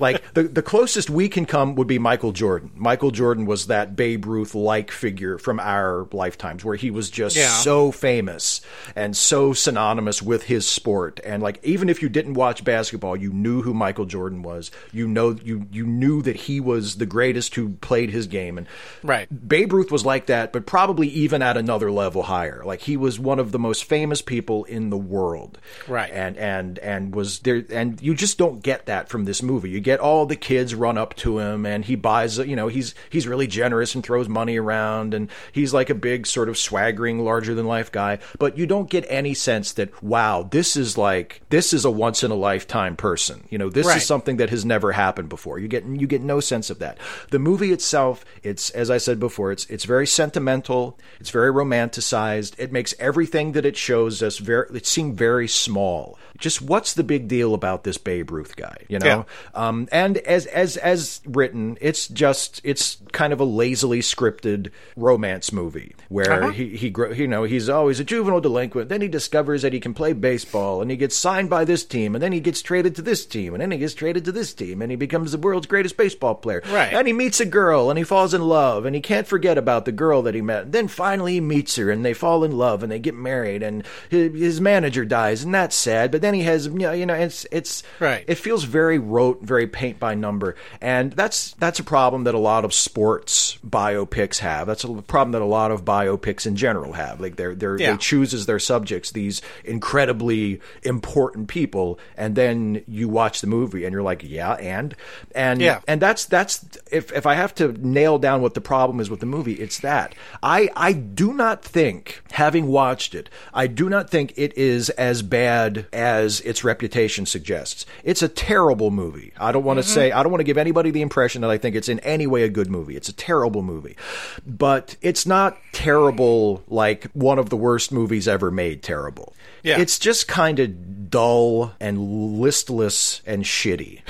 Speaker 6: like the the closest we can come would be Michael Jordan. Michael Jordan was that Babe Ruth like figure from our lifetimes where he was just
Speaker 5: Yeah.
Speaker 6: so famous and so synonymous with his sport and like even if you didn't watch basketball you knew who Michael Jordan was. You know you you knew that he was the greatest who played his game and
Speaker 5: Right.
Speaker 6: Babe Ruth was like that, but probably even at another level higher. Like he was one of the most famous people in the world.
Speaker 5: Right.
Speaker 6: And and and was there and you just don't get that from this movie. You get all the kids run up to him and he buys you know, he's he's really generous and throws money around and he's like a big sort of swaggering larger than life guy, but you don't get any sense that wow, this is like this is a once in a lifetime person. You know, this
Speaker 5: Right.
Speaker 6: is something something that has never happened before. You get you get no sense of that. The movie itself, it's as I said before, it's it's very sentimental, it's very romanticized. It makes everything that it shows us very it seem very small. Just what's the big deal about this Babe Ruth guy? You know, um, and as as as written, it's just it's kind of a lazily scripted romance movie
Speaker 5: Uh-huh.
Speaker 6: where he he grow, you know he's always a juvenile delinquent. Then he discovers that he can play baseball, and he gets signed by this team, and then he gets traded to this team, and then he gets traded to this team, and he becomes the world's greatest baseball player.
Speaker 5: Right.
Speaker 6: And he meets a girl, and he falls in love, and he can't forget about the girl that he met. And then finally he meets her, and they fall in love, and they get married, and his, his manager dies, and that's sad. But then he has you know, you know it's it's
Speaker 5: Right.
Speaker 6: it feels very rote, very paint by number, and that's that's a problem that a lot of sports biopics have. That's a problem that a lot of biopics in general have. Like they're, they're
Speaker 5: Yeah.
Speaker 6: they choose as their subjects these incredibly important people, and then you watch the movie and you're like, yeah, and and
Speaker 5: Yeah.
Speaker 6: and that's that's if if I have to nail down what the problem is with the movie, it's that I I do not think having watched it, I do not think it is as bad as its reputation suggests. It's a terrible movie. I don't want to say I don't want to give anybody the impression that I think it's in any way a good movie. It's a terrible movie, but it's not terrible like one of the worst movies ever made. Terrible.
Speaker 5: Yeah.
Speaker 6: It's just kind of dull and listless and shitty,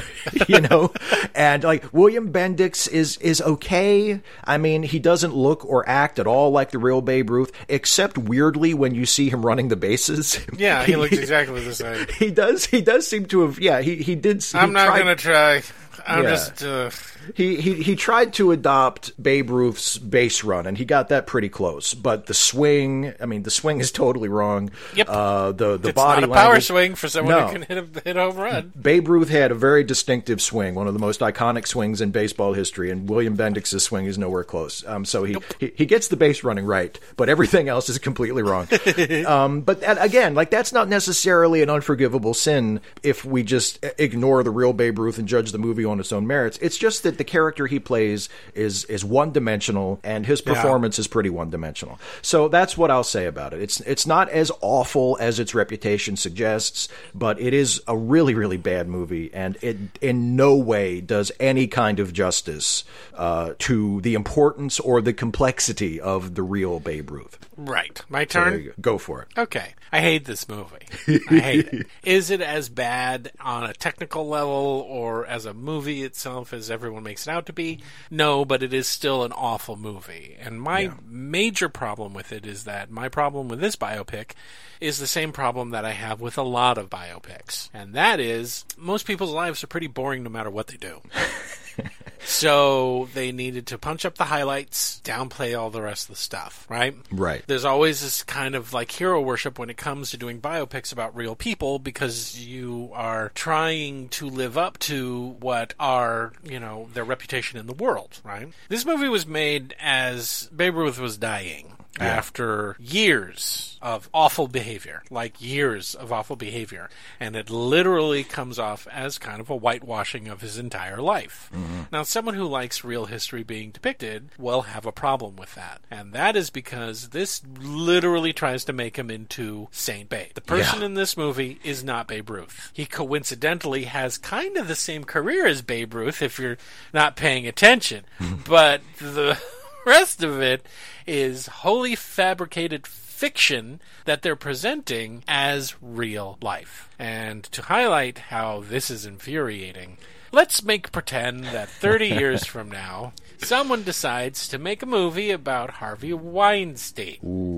Speaker 6: (laughs) you know? and like William Bendix is is okay. I mean, he doesn't look or act at all like the real Babe Ruth, except weirdly when you see him running the bases. (laughs)
Speaker 5: Yeah, he looks exactly the same.
Speaker 6: He does. He does seem to have. Yeah, he he did. he
Speaker 5: I'm not
Speaker 6: tried-
Speaker 5: gonna try. I'm
Speaker 6: Yeah.
Speaker 5: just. Uh,
Speaker 6: he, he he tried to adopt Babe Ruth's base run, and he got that pretty close. But the swing, I mean, the swing is totally wrong.
Speaker 5: Yep.
Speaker 6: Uh, the the
Speaker 5: it's
Speaker 6: body
Speaker 5: not a power
Speaker 6: language-
Speaker 5: swing for someone
Speaker 6: No.
Speaker 5: who can hit a hit a home run.
Speaker 6: Babe Ruth had a very distinctive swing, one of the most iconic swings in baseball history, and William Bendix's swing is nowhere close. Um, so he, he he gets the base running right, but everything else is completely wrong. um, but that, again, like that's not necessarily an unforgivable sin if we just ignore the real Babe Ruth and judge the movie on its own merits. It's just that the character he plays is is one dimensional, and his performance is pretty one dimensional. So that's what I'll say about it. It's it's not as awful as its reputation suggests, but it is a really really bad movie, and it in no way does any kind of justice uh, to the importance or the complexity of the real Babe Ruth.
Speaker 5: Right. My
Speaker 6: There
Speaker 5: turn.
Speaker 6: you go. Go for it.
Speaker 5: Okay. I hate this movie. I hate it. Is it as bad on a technical level or as a movie itself as everyone makes it out to be? No, but it is still an awful movie. And my major problem with it is that my problem with this biopic is the same problem that I have with a lot of biopics. And that is most people's lives are pretty boring no matter what they do. So they needed to punch up the highlights, downplay all the rest of the stuff, right?
Speaker 6: Right.
Speaker 5: There's always this kind of like hero worship when it comes to doing biopics about real people because you are trying to live up to what are, you know, their reputation in the world, right? This movie was made as Babe Ruth was dying after years of awful behavior, like years of awful behavior. And it literally comes off as kind of a whitewashing of his entire life. Now, someone who likes real history being depicted will have a problem with that. And that is because this literally tries to make him into Saint Babe. The person in this movie is not Babe Ruth. He coincidentally has kind of the (laughs) same career as Babe Ruth if you're not paying attention. but the rest of it is wholly fabricated fiction that they're presenting as real life. And to highlight how this is infuriating, let's make pretend that 30 years from now, someone decides to make a movie about Harvey Weinstein.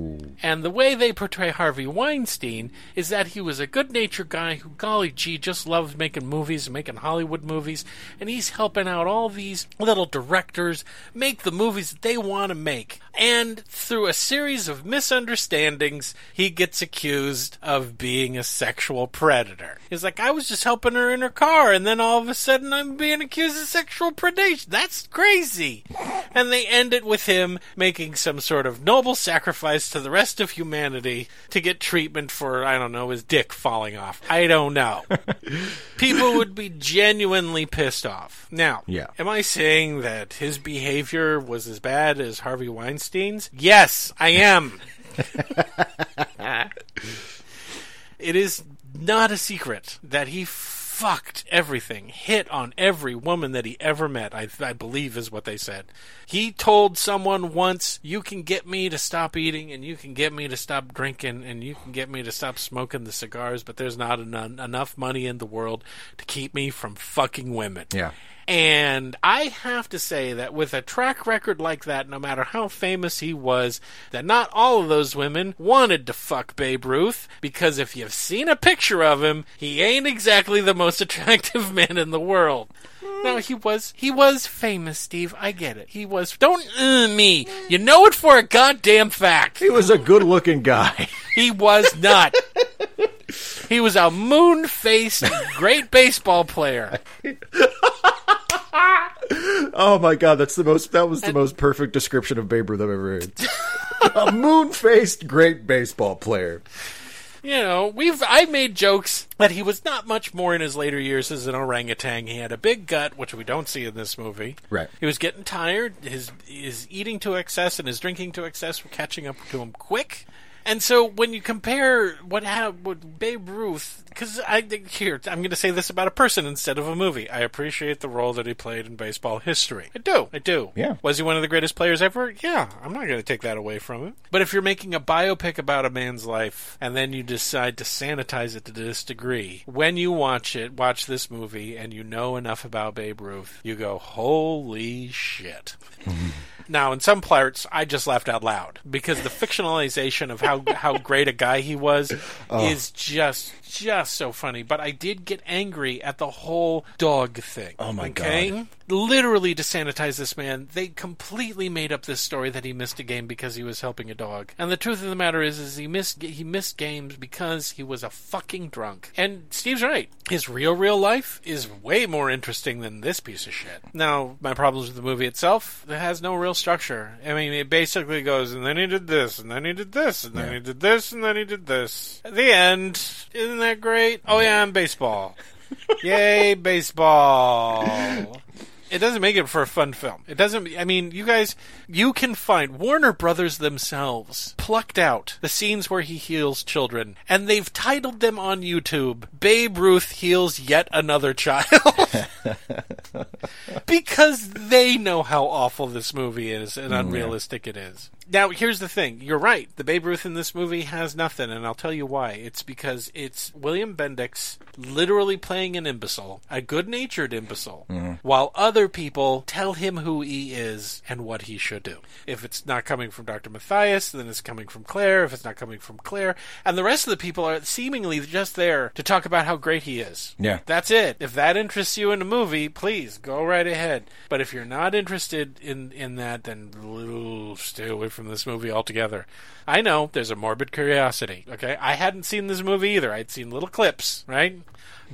Speaker 5: And the way they portray Harvey Weinstein is that he was a good natured guy who, golly gee, just loved making movies, making Hollywood movies, and he's helping out all these little directors make the movies that they want to make. And through a series of misunderstandings, he gets accused of being a sexual predator. He's like, I was just helping her in her car, and then all of a sudden I'm being accused of sexual predation. That's crazy. And they end it with him making some sort of noble sacrifice to the rest of humanity to get treatment for, I don't know, his dick falling off. I don't know. People would be genuinely pissed off. Now,
Speaker 6: Yeah.
Speaker 5: am I saying that his behavior was as bad as Harvey Weinstein's? Yes, I am. it is not a secret that he fucked everything, hit on every woman that he ever met, I, I believe is what they said. He told someone once, You can get me to stop eating, and you can get me to stop drinking, and you can get me to stop smoking the cigars, but there's not en- enough money in the world to keep me from fucking women.
Speaker 6: Yeah.
Speaker 5: And I have to say that with a track record like that, no matter how famous he was, that not all of those women wanted to fuck Babe Ruth, because if you've seen a picture of him, he ain't exactly the most (laughs) attractive man in the world. Now he was he was famous, Steve. I get it. He was don't uh, me. You know it for a goddamn fact.
Speaker 6: He was a good-looking guy.
Speaker 5: He was not. he was a moon faced great baseball player.
Speaker 6: (laughs) Oh my god, that's the most. That was the most perfect description of Babe Ruth I've ever heard. a moon-faced great baseball player.
Speaker 5: you know, we've I made jokes that he was not much more in his later years as an orangutan. He had a big gut, which we don't see in this movie.
Speaker 6: Right.
Speaker 5: He was getting tired. His his eating to excess and his drinking to excess were catching up to him quick. And so when you compare what happened with Babe Ruth, because I think here I'm going to say this about a person instead of a movie. I appreciate the role that he played in baseball history. I do. I do.
Speaker 6: Yeah.
Speaker 5: Was he one of the greatest players ever? Yeah, I'm not going to take that away from him. But if you're making a biopic about a man's life and then you decide to sanitize it to this degree, when you watch it, watch this movie, and you know enough about Babe Ruth, you go, holy (laughs) shit. Now, in some parts, I just laughed out loud because the fictionalization of how (laughs) how great a guy he was is just just so funny. But I did get angry at the whole dog thing. Oh
Speaker 6: my
Speaker 5: god! Literally to sanitize this man, they completely made up this story that he missed a game because he was helping a dog. And the truth of the matter is, is he missed he missed games because he was a fucking drunk. And Steve's right. His real real life is way more interesting than this piece of shit. Now, my problems with the movie itself, it has no real structure. I mean, it basically goes, and then he did this, and then he did this, and then he did this, and then he did this. At the end, isn't that great? Oh yeah, I'm baseball. Yay, baseball. It doesn't make it for a fun film. It doesn't. I mean, you guys, you can find Warner Brothers themselves plucked out the scenes where he heals children, and they've titled them on YouTube Babe Ruth Heals Yet Another Child. (laughs) because they know how awful this movie is and unrealistic it is. Now, here's the thing. You're right. The Babe Ruth in this movie has nothing, and I'll tell you why. It's because it's William Bendix literally playing an imbecile, a good natured imbecile, while other people tell him who he is and what he should do. If it's not coming from Dr. Matthias, then it's coming from Claire. If it's not coming from Claire, and the rest of the people are seemingly just there to talk about how great he is.
Speaker 6: Yeah.
Speaker 5: That's it. If that interests you in a movie, please go right ahead. But if you're not interested in, in that, then ooh, stay away from this movie altogether. I know there's a morbid curiosity. Okay, I hadn't seen this movie either. I'd seen little clips, right?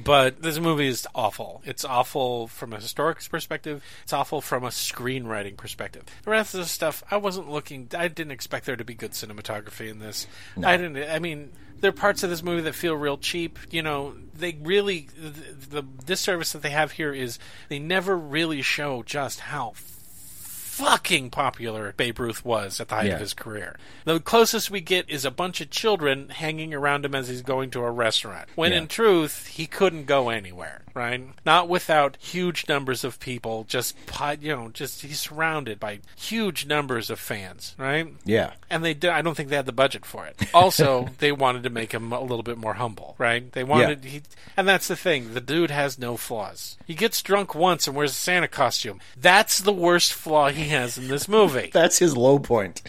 Speaker 5: But this movie is awful. It's awful from a historic perspective. It's awful from a screenwriting perspective. The rest of the stuff, I wasn't looking. I didn't expect there to be good cinematography in this. I didn't. I mean, there are parts of this movie that feel real cheap. You know, they really the, the disservice that they have here is they never really show just how fucking popular Babe Ruth was at the height
Speaker 6: Yeah.
Speaker 5: of his career. The closest we get is a bunch of children hanging around him as he's going to a restaurant. When
Speaker 6: Yeah.
Speaker 5: in truth, he couldn't go anywhere. right? Not without huge numbers of people. Just pi- you know, just he's surrounded by huge numbers of fans, right?
Speaker 6: Yeah.
Speaker 5: And they, did, I don't think they had the budget for it. Also, they wanted to make him a little bit more humble, right? They wanted, he, and that's the thing. The dude has no flaws. He gets drunk once and wears a Santa costume. That's the worst flaw he has in this movie.
Speaker 6: That's his low
Speaker 5: (laughs)
Speaker 6: point.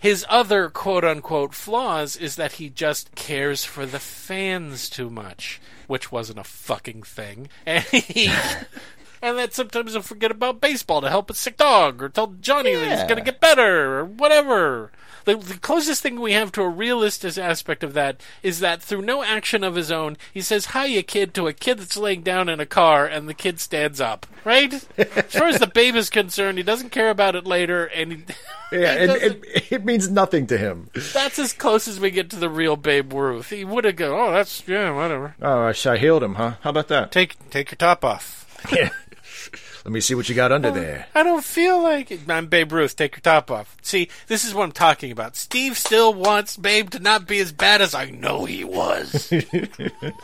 Speaker 5: His other quote unquote flaws is that he just cares for the fans too much, which wasn't a fucking thing. (laughs)
Speaker 6: (laughs)
Speaker 5: And he. And that sometimes he'll forget about baseball to help a sick dog or tell Johnny that he's
Speaker 6: Yeah.
Speaker 5: going to get better or whatever. The, the closest thing we have to a realistic aspect of that is that through no action of his own, he says, Hiya, kid, to a kid that's laying down in a car, and the kid stands up. Right? as far as the babe is concerned, he doesn't care about it later, and he. (laughs)
Speaker 6: yeah,
Speaker 5: he
Speaker 6: and
Speaker 5: doesn't-
Speaker 6: it, it means nothing to him.
Speaker 5: that's as close as we get to the real Babe Ruth. He would have gone, oh, that's yeah, whatever.
Speaker 6: Oh, I sh- I healed him, huh? How about that?
Speaker 5: Take take your top off.
Speaker 6: Yeah. Let me see what you got
Speaker 5: Oh.
Speaker 6: under there.
Speaker 5: I don't feel like it. I'm Babe Ruth. Take your top off. See, this is what I'm talking about. Steve still wants Babe to not be as bad as I know he was, and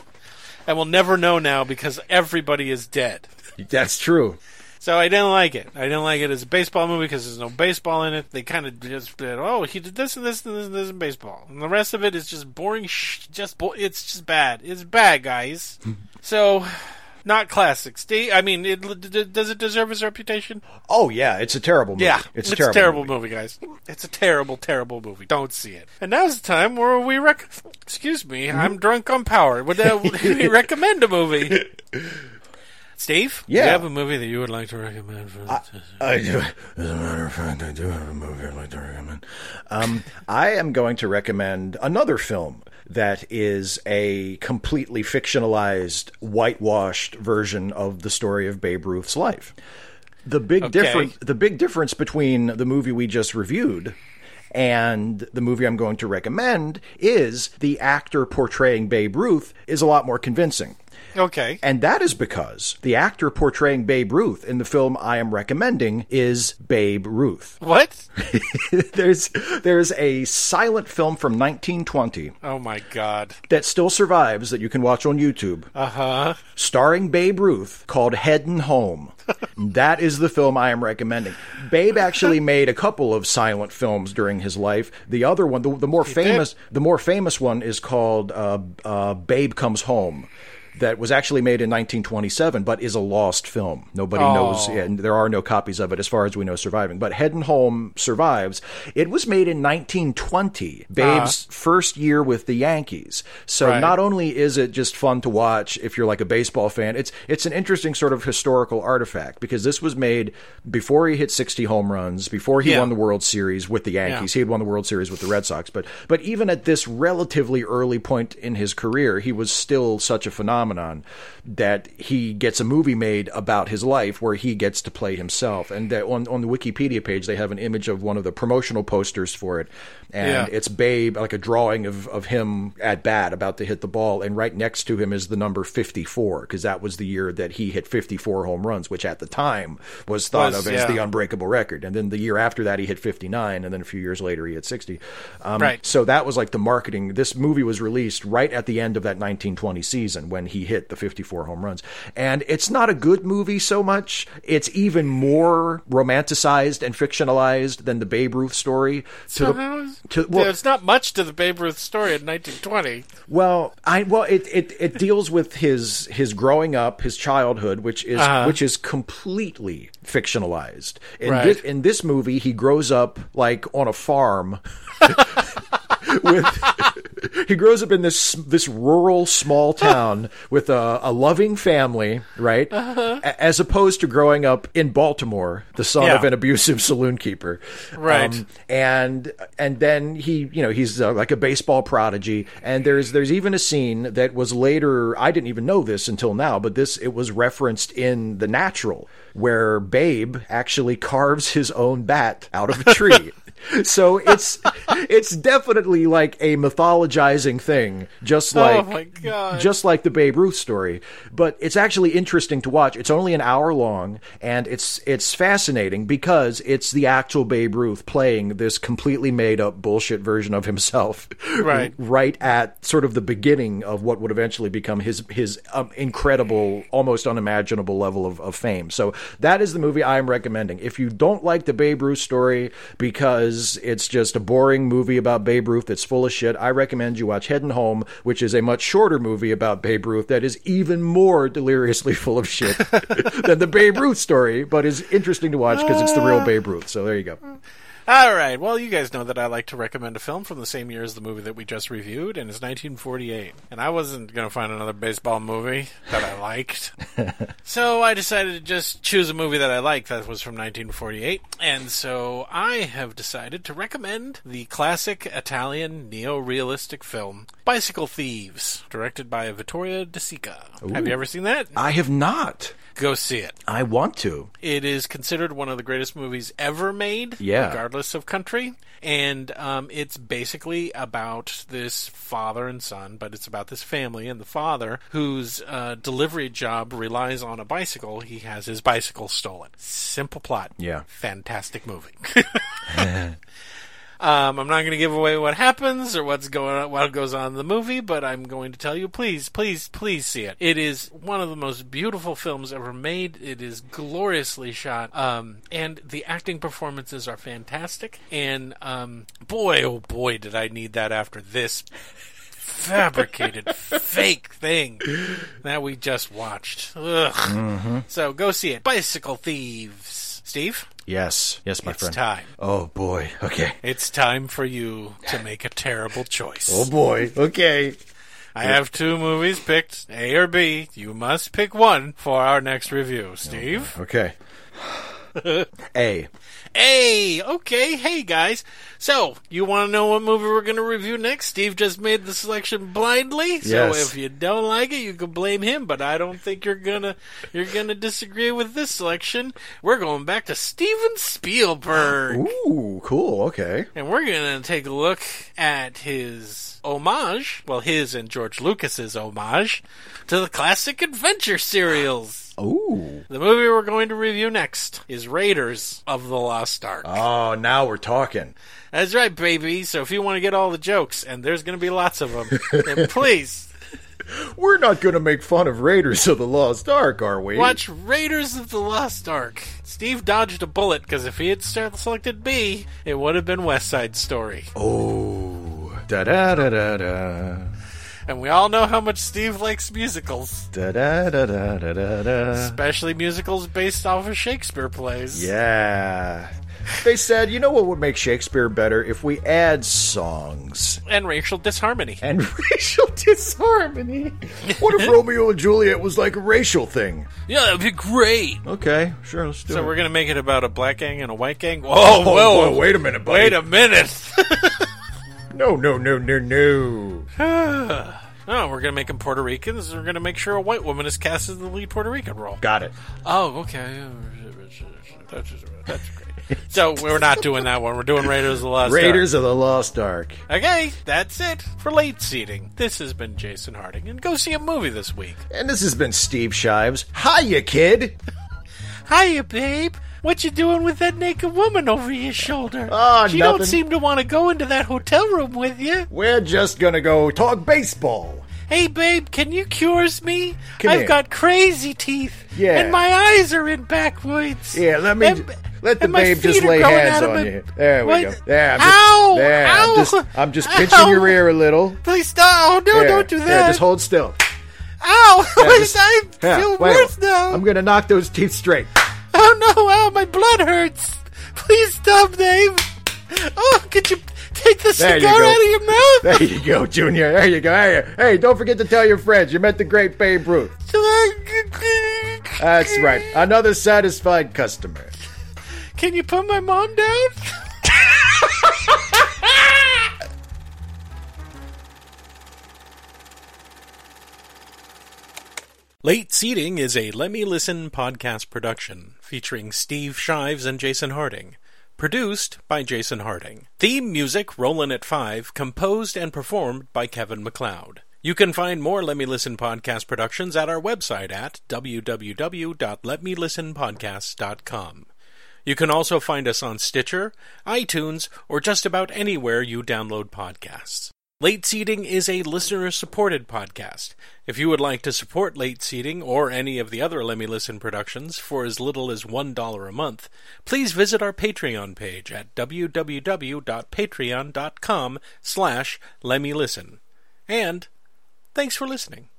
Speaker 5: we'll never know now because everybody is dead.
Speaker 6: That's true.
Speaker 5: So I didn't like it. I didn't like it as a baseball movie because there's no baseball in it. They kind of just did, oh, he did this and this and this and this in baseball, and the rest of it is just boring. Sh- just bo- it's just bad. It's
Speaker 6: (laughs)
Speaker 5: bad, guys. so. Not classic, Steve. I mean, it, d- d- does it deserve its reputation?
Speaker 6: Oh yeah, it's a terrible movie. it's,
Speaker 5: it's, a terrible, movie. guys. It's a terrible, terrible movie. Don't see it. And now's the time where we rec. Excuse me,
Speaker 6: Mm-hmm.
Speaker 5: I'm drunk on power. Would, uh,
Speaker 6: (laughs)
Speaker 5: would we recommend a movie? Steve, do
Speaker 6: Yeah.
Speaker 5: you have a movie that you would like to recommend for this?
Speaker 6: I do. As a matter of fact, I do have a movie I'd like to recommend. Um, I am going to recommend another film that is a completely fictionalized, whitewashed version of the story of Babe Ruth's life. The big difference. The big difference between the movie we just reviewed. And the movie I'm going to recommend is the actor portraying Babe Ruth is a lot more convincing.
Speaker 5: Okay.
Speaker 6: And that is because the actor portraying Babe Ruth in the film I am recommending is Babe Ruth. (laughs)
Speaker 5: What?
Speaker 6: there's there's a silent film from 1920
Speaker 5: Oh my god.
Speaker 6: that still survives that you can watch on YouTube. Uh-huh. Starring Babe Ruth called Headin' Home. that is the film I am recommending. Babe actually made a couple of silent films during his life. The other one, the, the more famous the more famous one is called uh, uh, Babe Comes Home. That was actually made in 1927, but is a lost film. Nobody knows, and there are no copies of it as far as we know surviving. But Head and Home survives. It was made in 1920, Babe's first year with the Yankees. So
Speaker 5: Right.
Speaker 6: not only is it just fun to watch if you're like a baseball fan, it's it's an interesting sort of historical artifact because this was made before he hit 60 home runs, before he
Speaker 5: Yeah.
Speaker 6: won the World Series with the Yankees. He had won the World Series with the Red Sox, but but even at this relatively early point in his career, he was still such a phenomenon that he gets a movie made about his life where he gets to play himself. And that on on the Wikipedia page they have an image of one of the promotional posters for it, and
Speaker 5: Yeah.
Speaker 6: it's Babe like a drawing of of him at bat about to hit the ball, and right next to him is the number fifty four because that was the year that he hit fifty four home runs, which at the time was thought
Speaker 5: Was,
Speaker 6: of as
Speaker 5: yeah.
Speaker 6: the unbreakable record. And then the year after that, he hit 59, and then a few years later, he hit 60. Um,
Speaker 5: Right.
Speaker 6: So that was like the marketing. This movie was released right at the end of that 1920 season when he hit the 54 home runs. And it's not a good movie so much. It's even more romanticized and fictionalized than the Babe Ruth story.
Speaker 5: So
Speaker 6: the-
Speaker 5: how is-
Speaker 6: to- well-
Speaker 5: There's not much to the Babe Ruth story in 1920.
Speaker 6: well, I well it, it, it deals with his his growing up, his childhood, which is which is completely fictionalized. In
Speaker 5: Uh-huh. Right.
Speaker 6: this in this movie, he grows up like on a farm. (laughs) with (laughs) he grows up in this this rural small town with a, a loving family, right?
Speaker 5: Uh-huh.
Speaker 6: A- as opposed to growing up in Baltimore, the son
Speaker 5: Yeah.
Speaker 6: of an abusive saloon keeper,
Speaker 5: Right.
Speaker 6: Um, and and then he, you know, he's uh, like a baseball prodigy. And there's there's even a scene that was later. I didn't even know this until now, but this it was referenced in
Speaker 5: (laughs)
Speaker 6: The Natural, where Babe actually carves his own bat out of a tree. So it's it's definitely like a mythologizing thing, just like
Speaker 5: Oh my God.
Speaker 6: just like the Babe Ruth story. But it's actually interesting to watch. It's only an hour long, and it's it's fascinating because it's the actual Babe Ruth playing this completely made up bullshit version of himself,
Speaker 5: Right.
Speaker 6: Right at sort of the beginning of what would eventually become his his um, incredible, almost unimaginable level of, of fame. So that is the movie I am recommending. If you don't like the Babe Ruth story because it's just a boring movie about Babe Ruth that's full of shit, I recommend you watch Heading Home, which is a much shorter movie about Babe Ruth that is even more deliriously full of shit (laughs) than the Babe Ruth story, but is interesting to watch because it's the real Babe Ruth. So there you go.
Speaker 5: All right. Well, you guys know that I like to recommend a film from the same year as the movie that we just reviewed, and it's 1948. And I wasn't going to find another baseball movie that I liked. so I decided to just choose a movie that I liked that was from 1948. And so I have decided to recommend the classic Italian neo realistic film, Bicycle Thieves, directed by Vittorio De Sica. Have you ever seen that?
Speaker 7: I have not.
Speaker 5: Go see it.
Speaker 7: I want to.
Speaker 5: It is considered one of the greatest movies ever made,
Speaker 7: Yeah.
Speaker 5: regardless of country. And um, it's basically about this father and son, but it's about this family and the father whose uh, delivery job relies on a bicycle. He has his bicycle stolen. Simple plot.
Speaker 6: Yeah.
Speaker 5: Fantastic movie. (laughs) Um, I'm not going to give away what happens or what's going on, what goes on in the movie, but I'm going to tell you, please, please, please see it. It is one of the most beautiful films ever made. It is gloriously shot, um, and the acting performances are fantastic. And um, boy, oh boy, did I need that after this
Speaker 6: (laughs)
Speaker 5: fabricated fake thing that we just watched. Ugh.
Speaker 6: Mm-hmm.
Speaker 5: So go see it, Bicycle Thieves. Steve,
Speaker 6: Yes, yes, my
Speaker 5: it's
Speaker 6: friend.
Speaker 5: time.
Speaker 6: Oh boy. Okay.
Speaker 5: It's time for you to make a terrible choice.
Speaker 6: Oh boy. Okay.
Speaker 5: I have two movies picked, A or B. You must pick one for our next review, Steve.
Speaker 6: (sighs) Okay. A.
Speaker 5: A. Okay, hey guys. So, you want to know what movie we're going to review next? Steve just made the selection blindly. So,
Speaker 6: Yes.
Speaker 5: if you don't like it, you can blame him, but I don't think you're going to you're going to disagree with this selection. We're going back to Steven Spielberg.
Speaker 6: Ooh, cool. Okay.
Speaker 5: And we're going to take a look at his homage, well, his and George Lucas's homage to the classic adventure serials.
Speaker 6: Ooh.
Speaker 5: The movie we're going to review next is Raiders of the Lost Ark.
Speaker 6: Oh, now we're talking.
Speaker 5: That's right, baby. So if you want to get all the jokes, and there's going to be lots of them, then please
Speaker 6: We're not going to make fun of Raiders of the Lost Ark, are we?
Speaker 5: watch Raiders of the Lost Ark. Steve dodged a bullet because if he had se- selected B, it would have been West Side Story.
Speaker 6: Oh. Da da da da da.
Speaker 5: And we all know how much Steve likes musicals.
Speaker 6: Da da da da da da da.
Speaker 5: (laughs) especially musicals based off of Shakespeare plays.
Speaker 6: Yeah. They said, you know what would make Shakespeare better if we add songs
Speaker 5: And racial disharmony.
Speaker 6: and (laughs) racial disharmony. What if Romeo and Juliet was like a racial thing?
Speaker 5: Yeah, that'd be great.
Speaker 6: Okay, sure, let's do
Speaker 5: So
Speaker 6: it.
Speaker 5: we're gonna make it about a black gang and a white gang. Whoa, whoa,
Speaker 6: whoa, wait a minute, buddy.
Speaker 5: wait a minute. (laughs)
Speaker 6: No, no, no, no, no.
Speaker 5: no, Oh, we're gonna make them Puerto Ricans. and We're gonna make sure a white woman is cast as the lead Puerto Rican role.
Speaker 6: Got it.
Speaker 5: Oh, okay. That's, just- that's great. So we're not doing that one. We're doing Raiders of the Lost Ark.
Speaker 6: Raiders of the Lost Ark.
Speaker 5: Okay, that's it for late seating. This has been Jason Harding, and go see a movie this week.
Speaker 6: And this has been Steve Shives. Hiya, kid.
Speaker 5: Hiya, babe. What you doing with that naked woman over your shoulder?
Speaker 6: Ah,
Speaker 5: she don't
Speaker 6: nothing.
Speaker 5: seem to want to go into that hotel room with you.
Speaker 6: We're just gonna go talk baseball.
Speaker 5: Hey, babe, can you cures me?
Speaker 6: Come
Speaker 5: I've
Speaker 6: here.
Speaker 5: got crazy teeth.
Speaker 6: Yeah.
Speaker 5: And my eyes are in backwards.
Speaker 6: Yeah, let me
Speaker 5: And-
Speaker 6: let the
Speaker 5: and my
Speaker 6: babe
Speaker 5: feet
Speaker 6: just
Speaker 5: are
Speaker 6: lay
Speaker 5: growing
Speaker 6: hands
Speaker 5: out of
Speaker 6: on
Speaker 5: my-
Speaker 6: you. There we
Speaker 5: What?
Speaker 6: go. There, I'm just,
Speaker 5: ow!
Speaker 6: there,
Speaker 5: ow!
Speaker 6: I'm just I'm just pinching
Speaker 5: Ow!
Speaker 6: your ear a little.
Speaker 5: Please stop. Oh, no,
Speaker 6: There,
Speaker 5: don't do that.
Speaker 6: There, just hold
Speaker 5: (laughs)
Speaker 6: still.
Speaker 5: ow!
Speaker 6: Yeah, just-
Speaker 5: (laughs) I
Speaker 6: Yeah,
Speaker 5: feel
Speaker 6: wait.
Speaker 5: worse now.
Speaker 6: I'm gonna knock those teeth straight.
Speaker 5: Oh no, ow, my blood hurts. Please stop, Dave. Oh, could you take the
Speaker 6: There you
Speaker 5: cigar
Speaker 6: go.
Speaker 5: out of your mouth?
Speaker 6: There you go, Junior. There you go. Hey, hey, don't forget to tell your friends you met the great Babe Ruth. That's right. Another satisfied customer.
Speaker 5: Can you put my mom down? Late Seating is a Let Me Listen podcast production featuring Steve Shives and Jason Harding. Produced by Jason Harding. Theme music Rollin' at Five, composed and performed by Kevin McLeod. You can find more Let Me Listen podcast productions at our website at www.letmelistenpodcast.com. You can also find us on Stitcher, iTunes, or just about anywhere you download podcasts. Late Seating is a listener supported podcast. If you would like to support Late Seating or any of the other Let Me Listen productions for as little as $1 a month, please visit our Patreon page at www.patreon.com slash lemmylisten. And thanks for listening.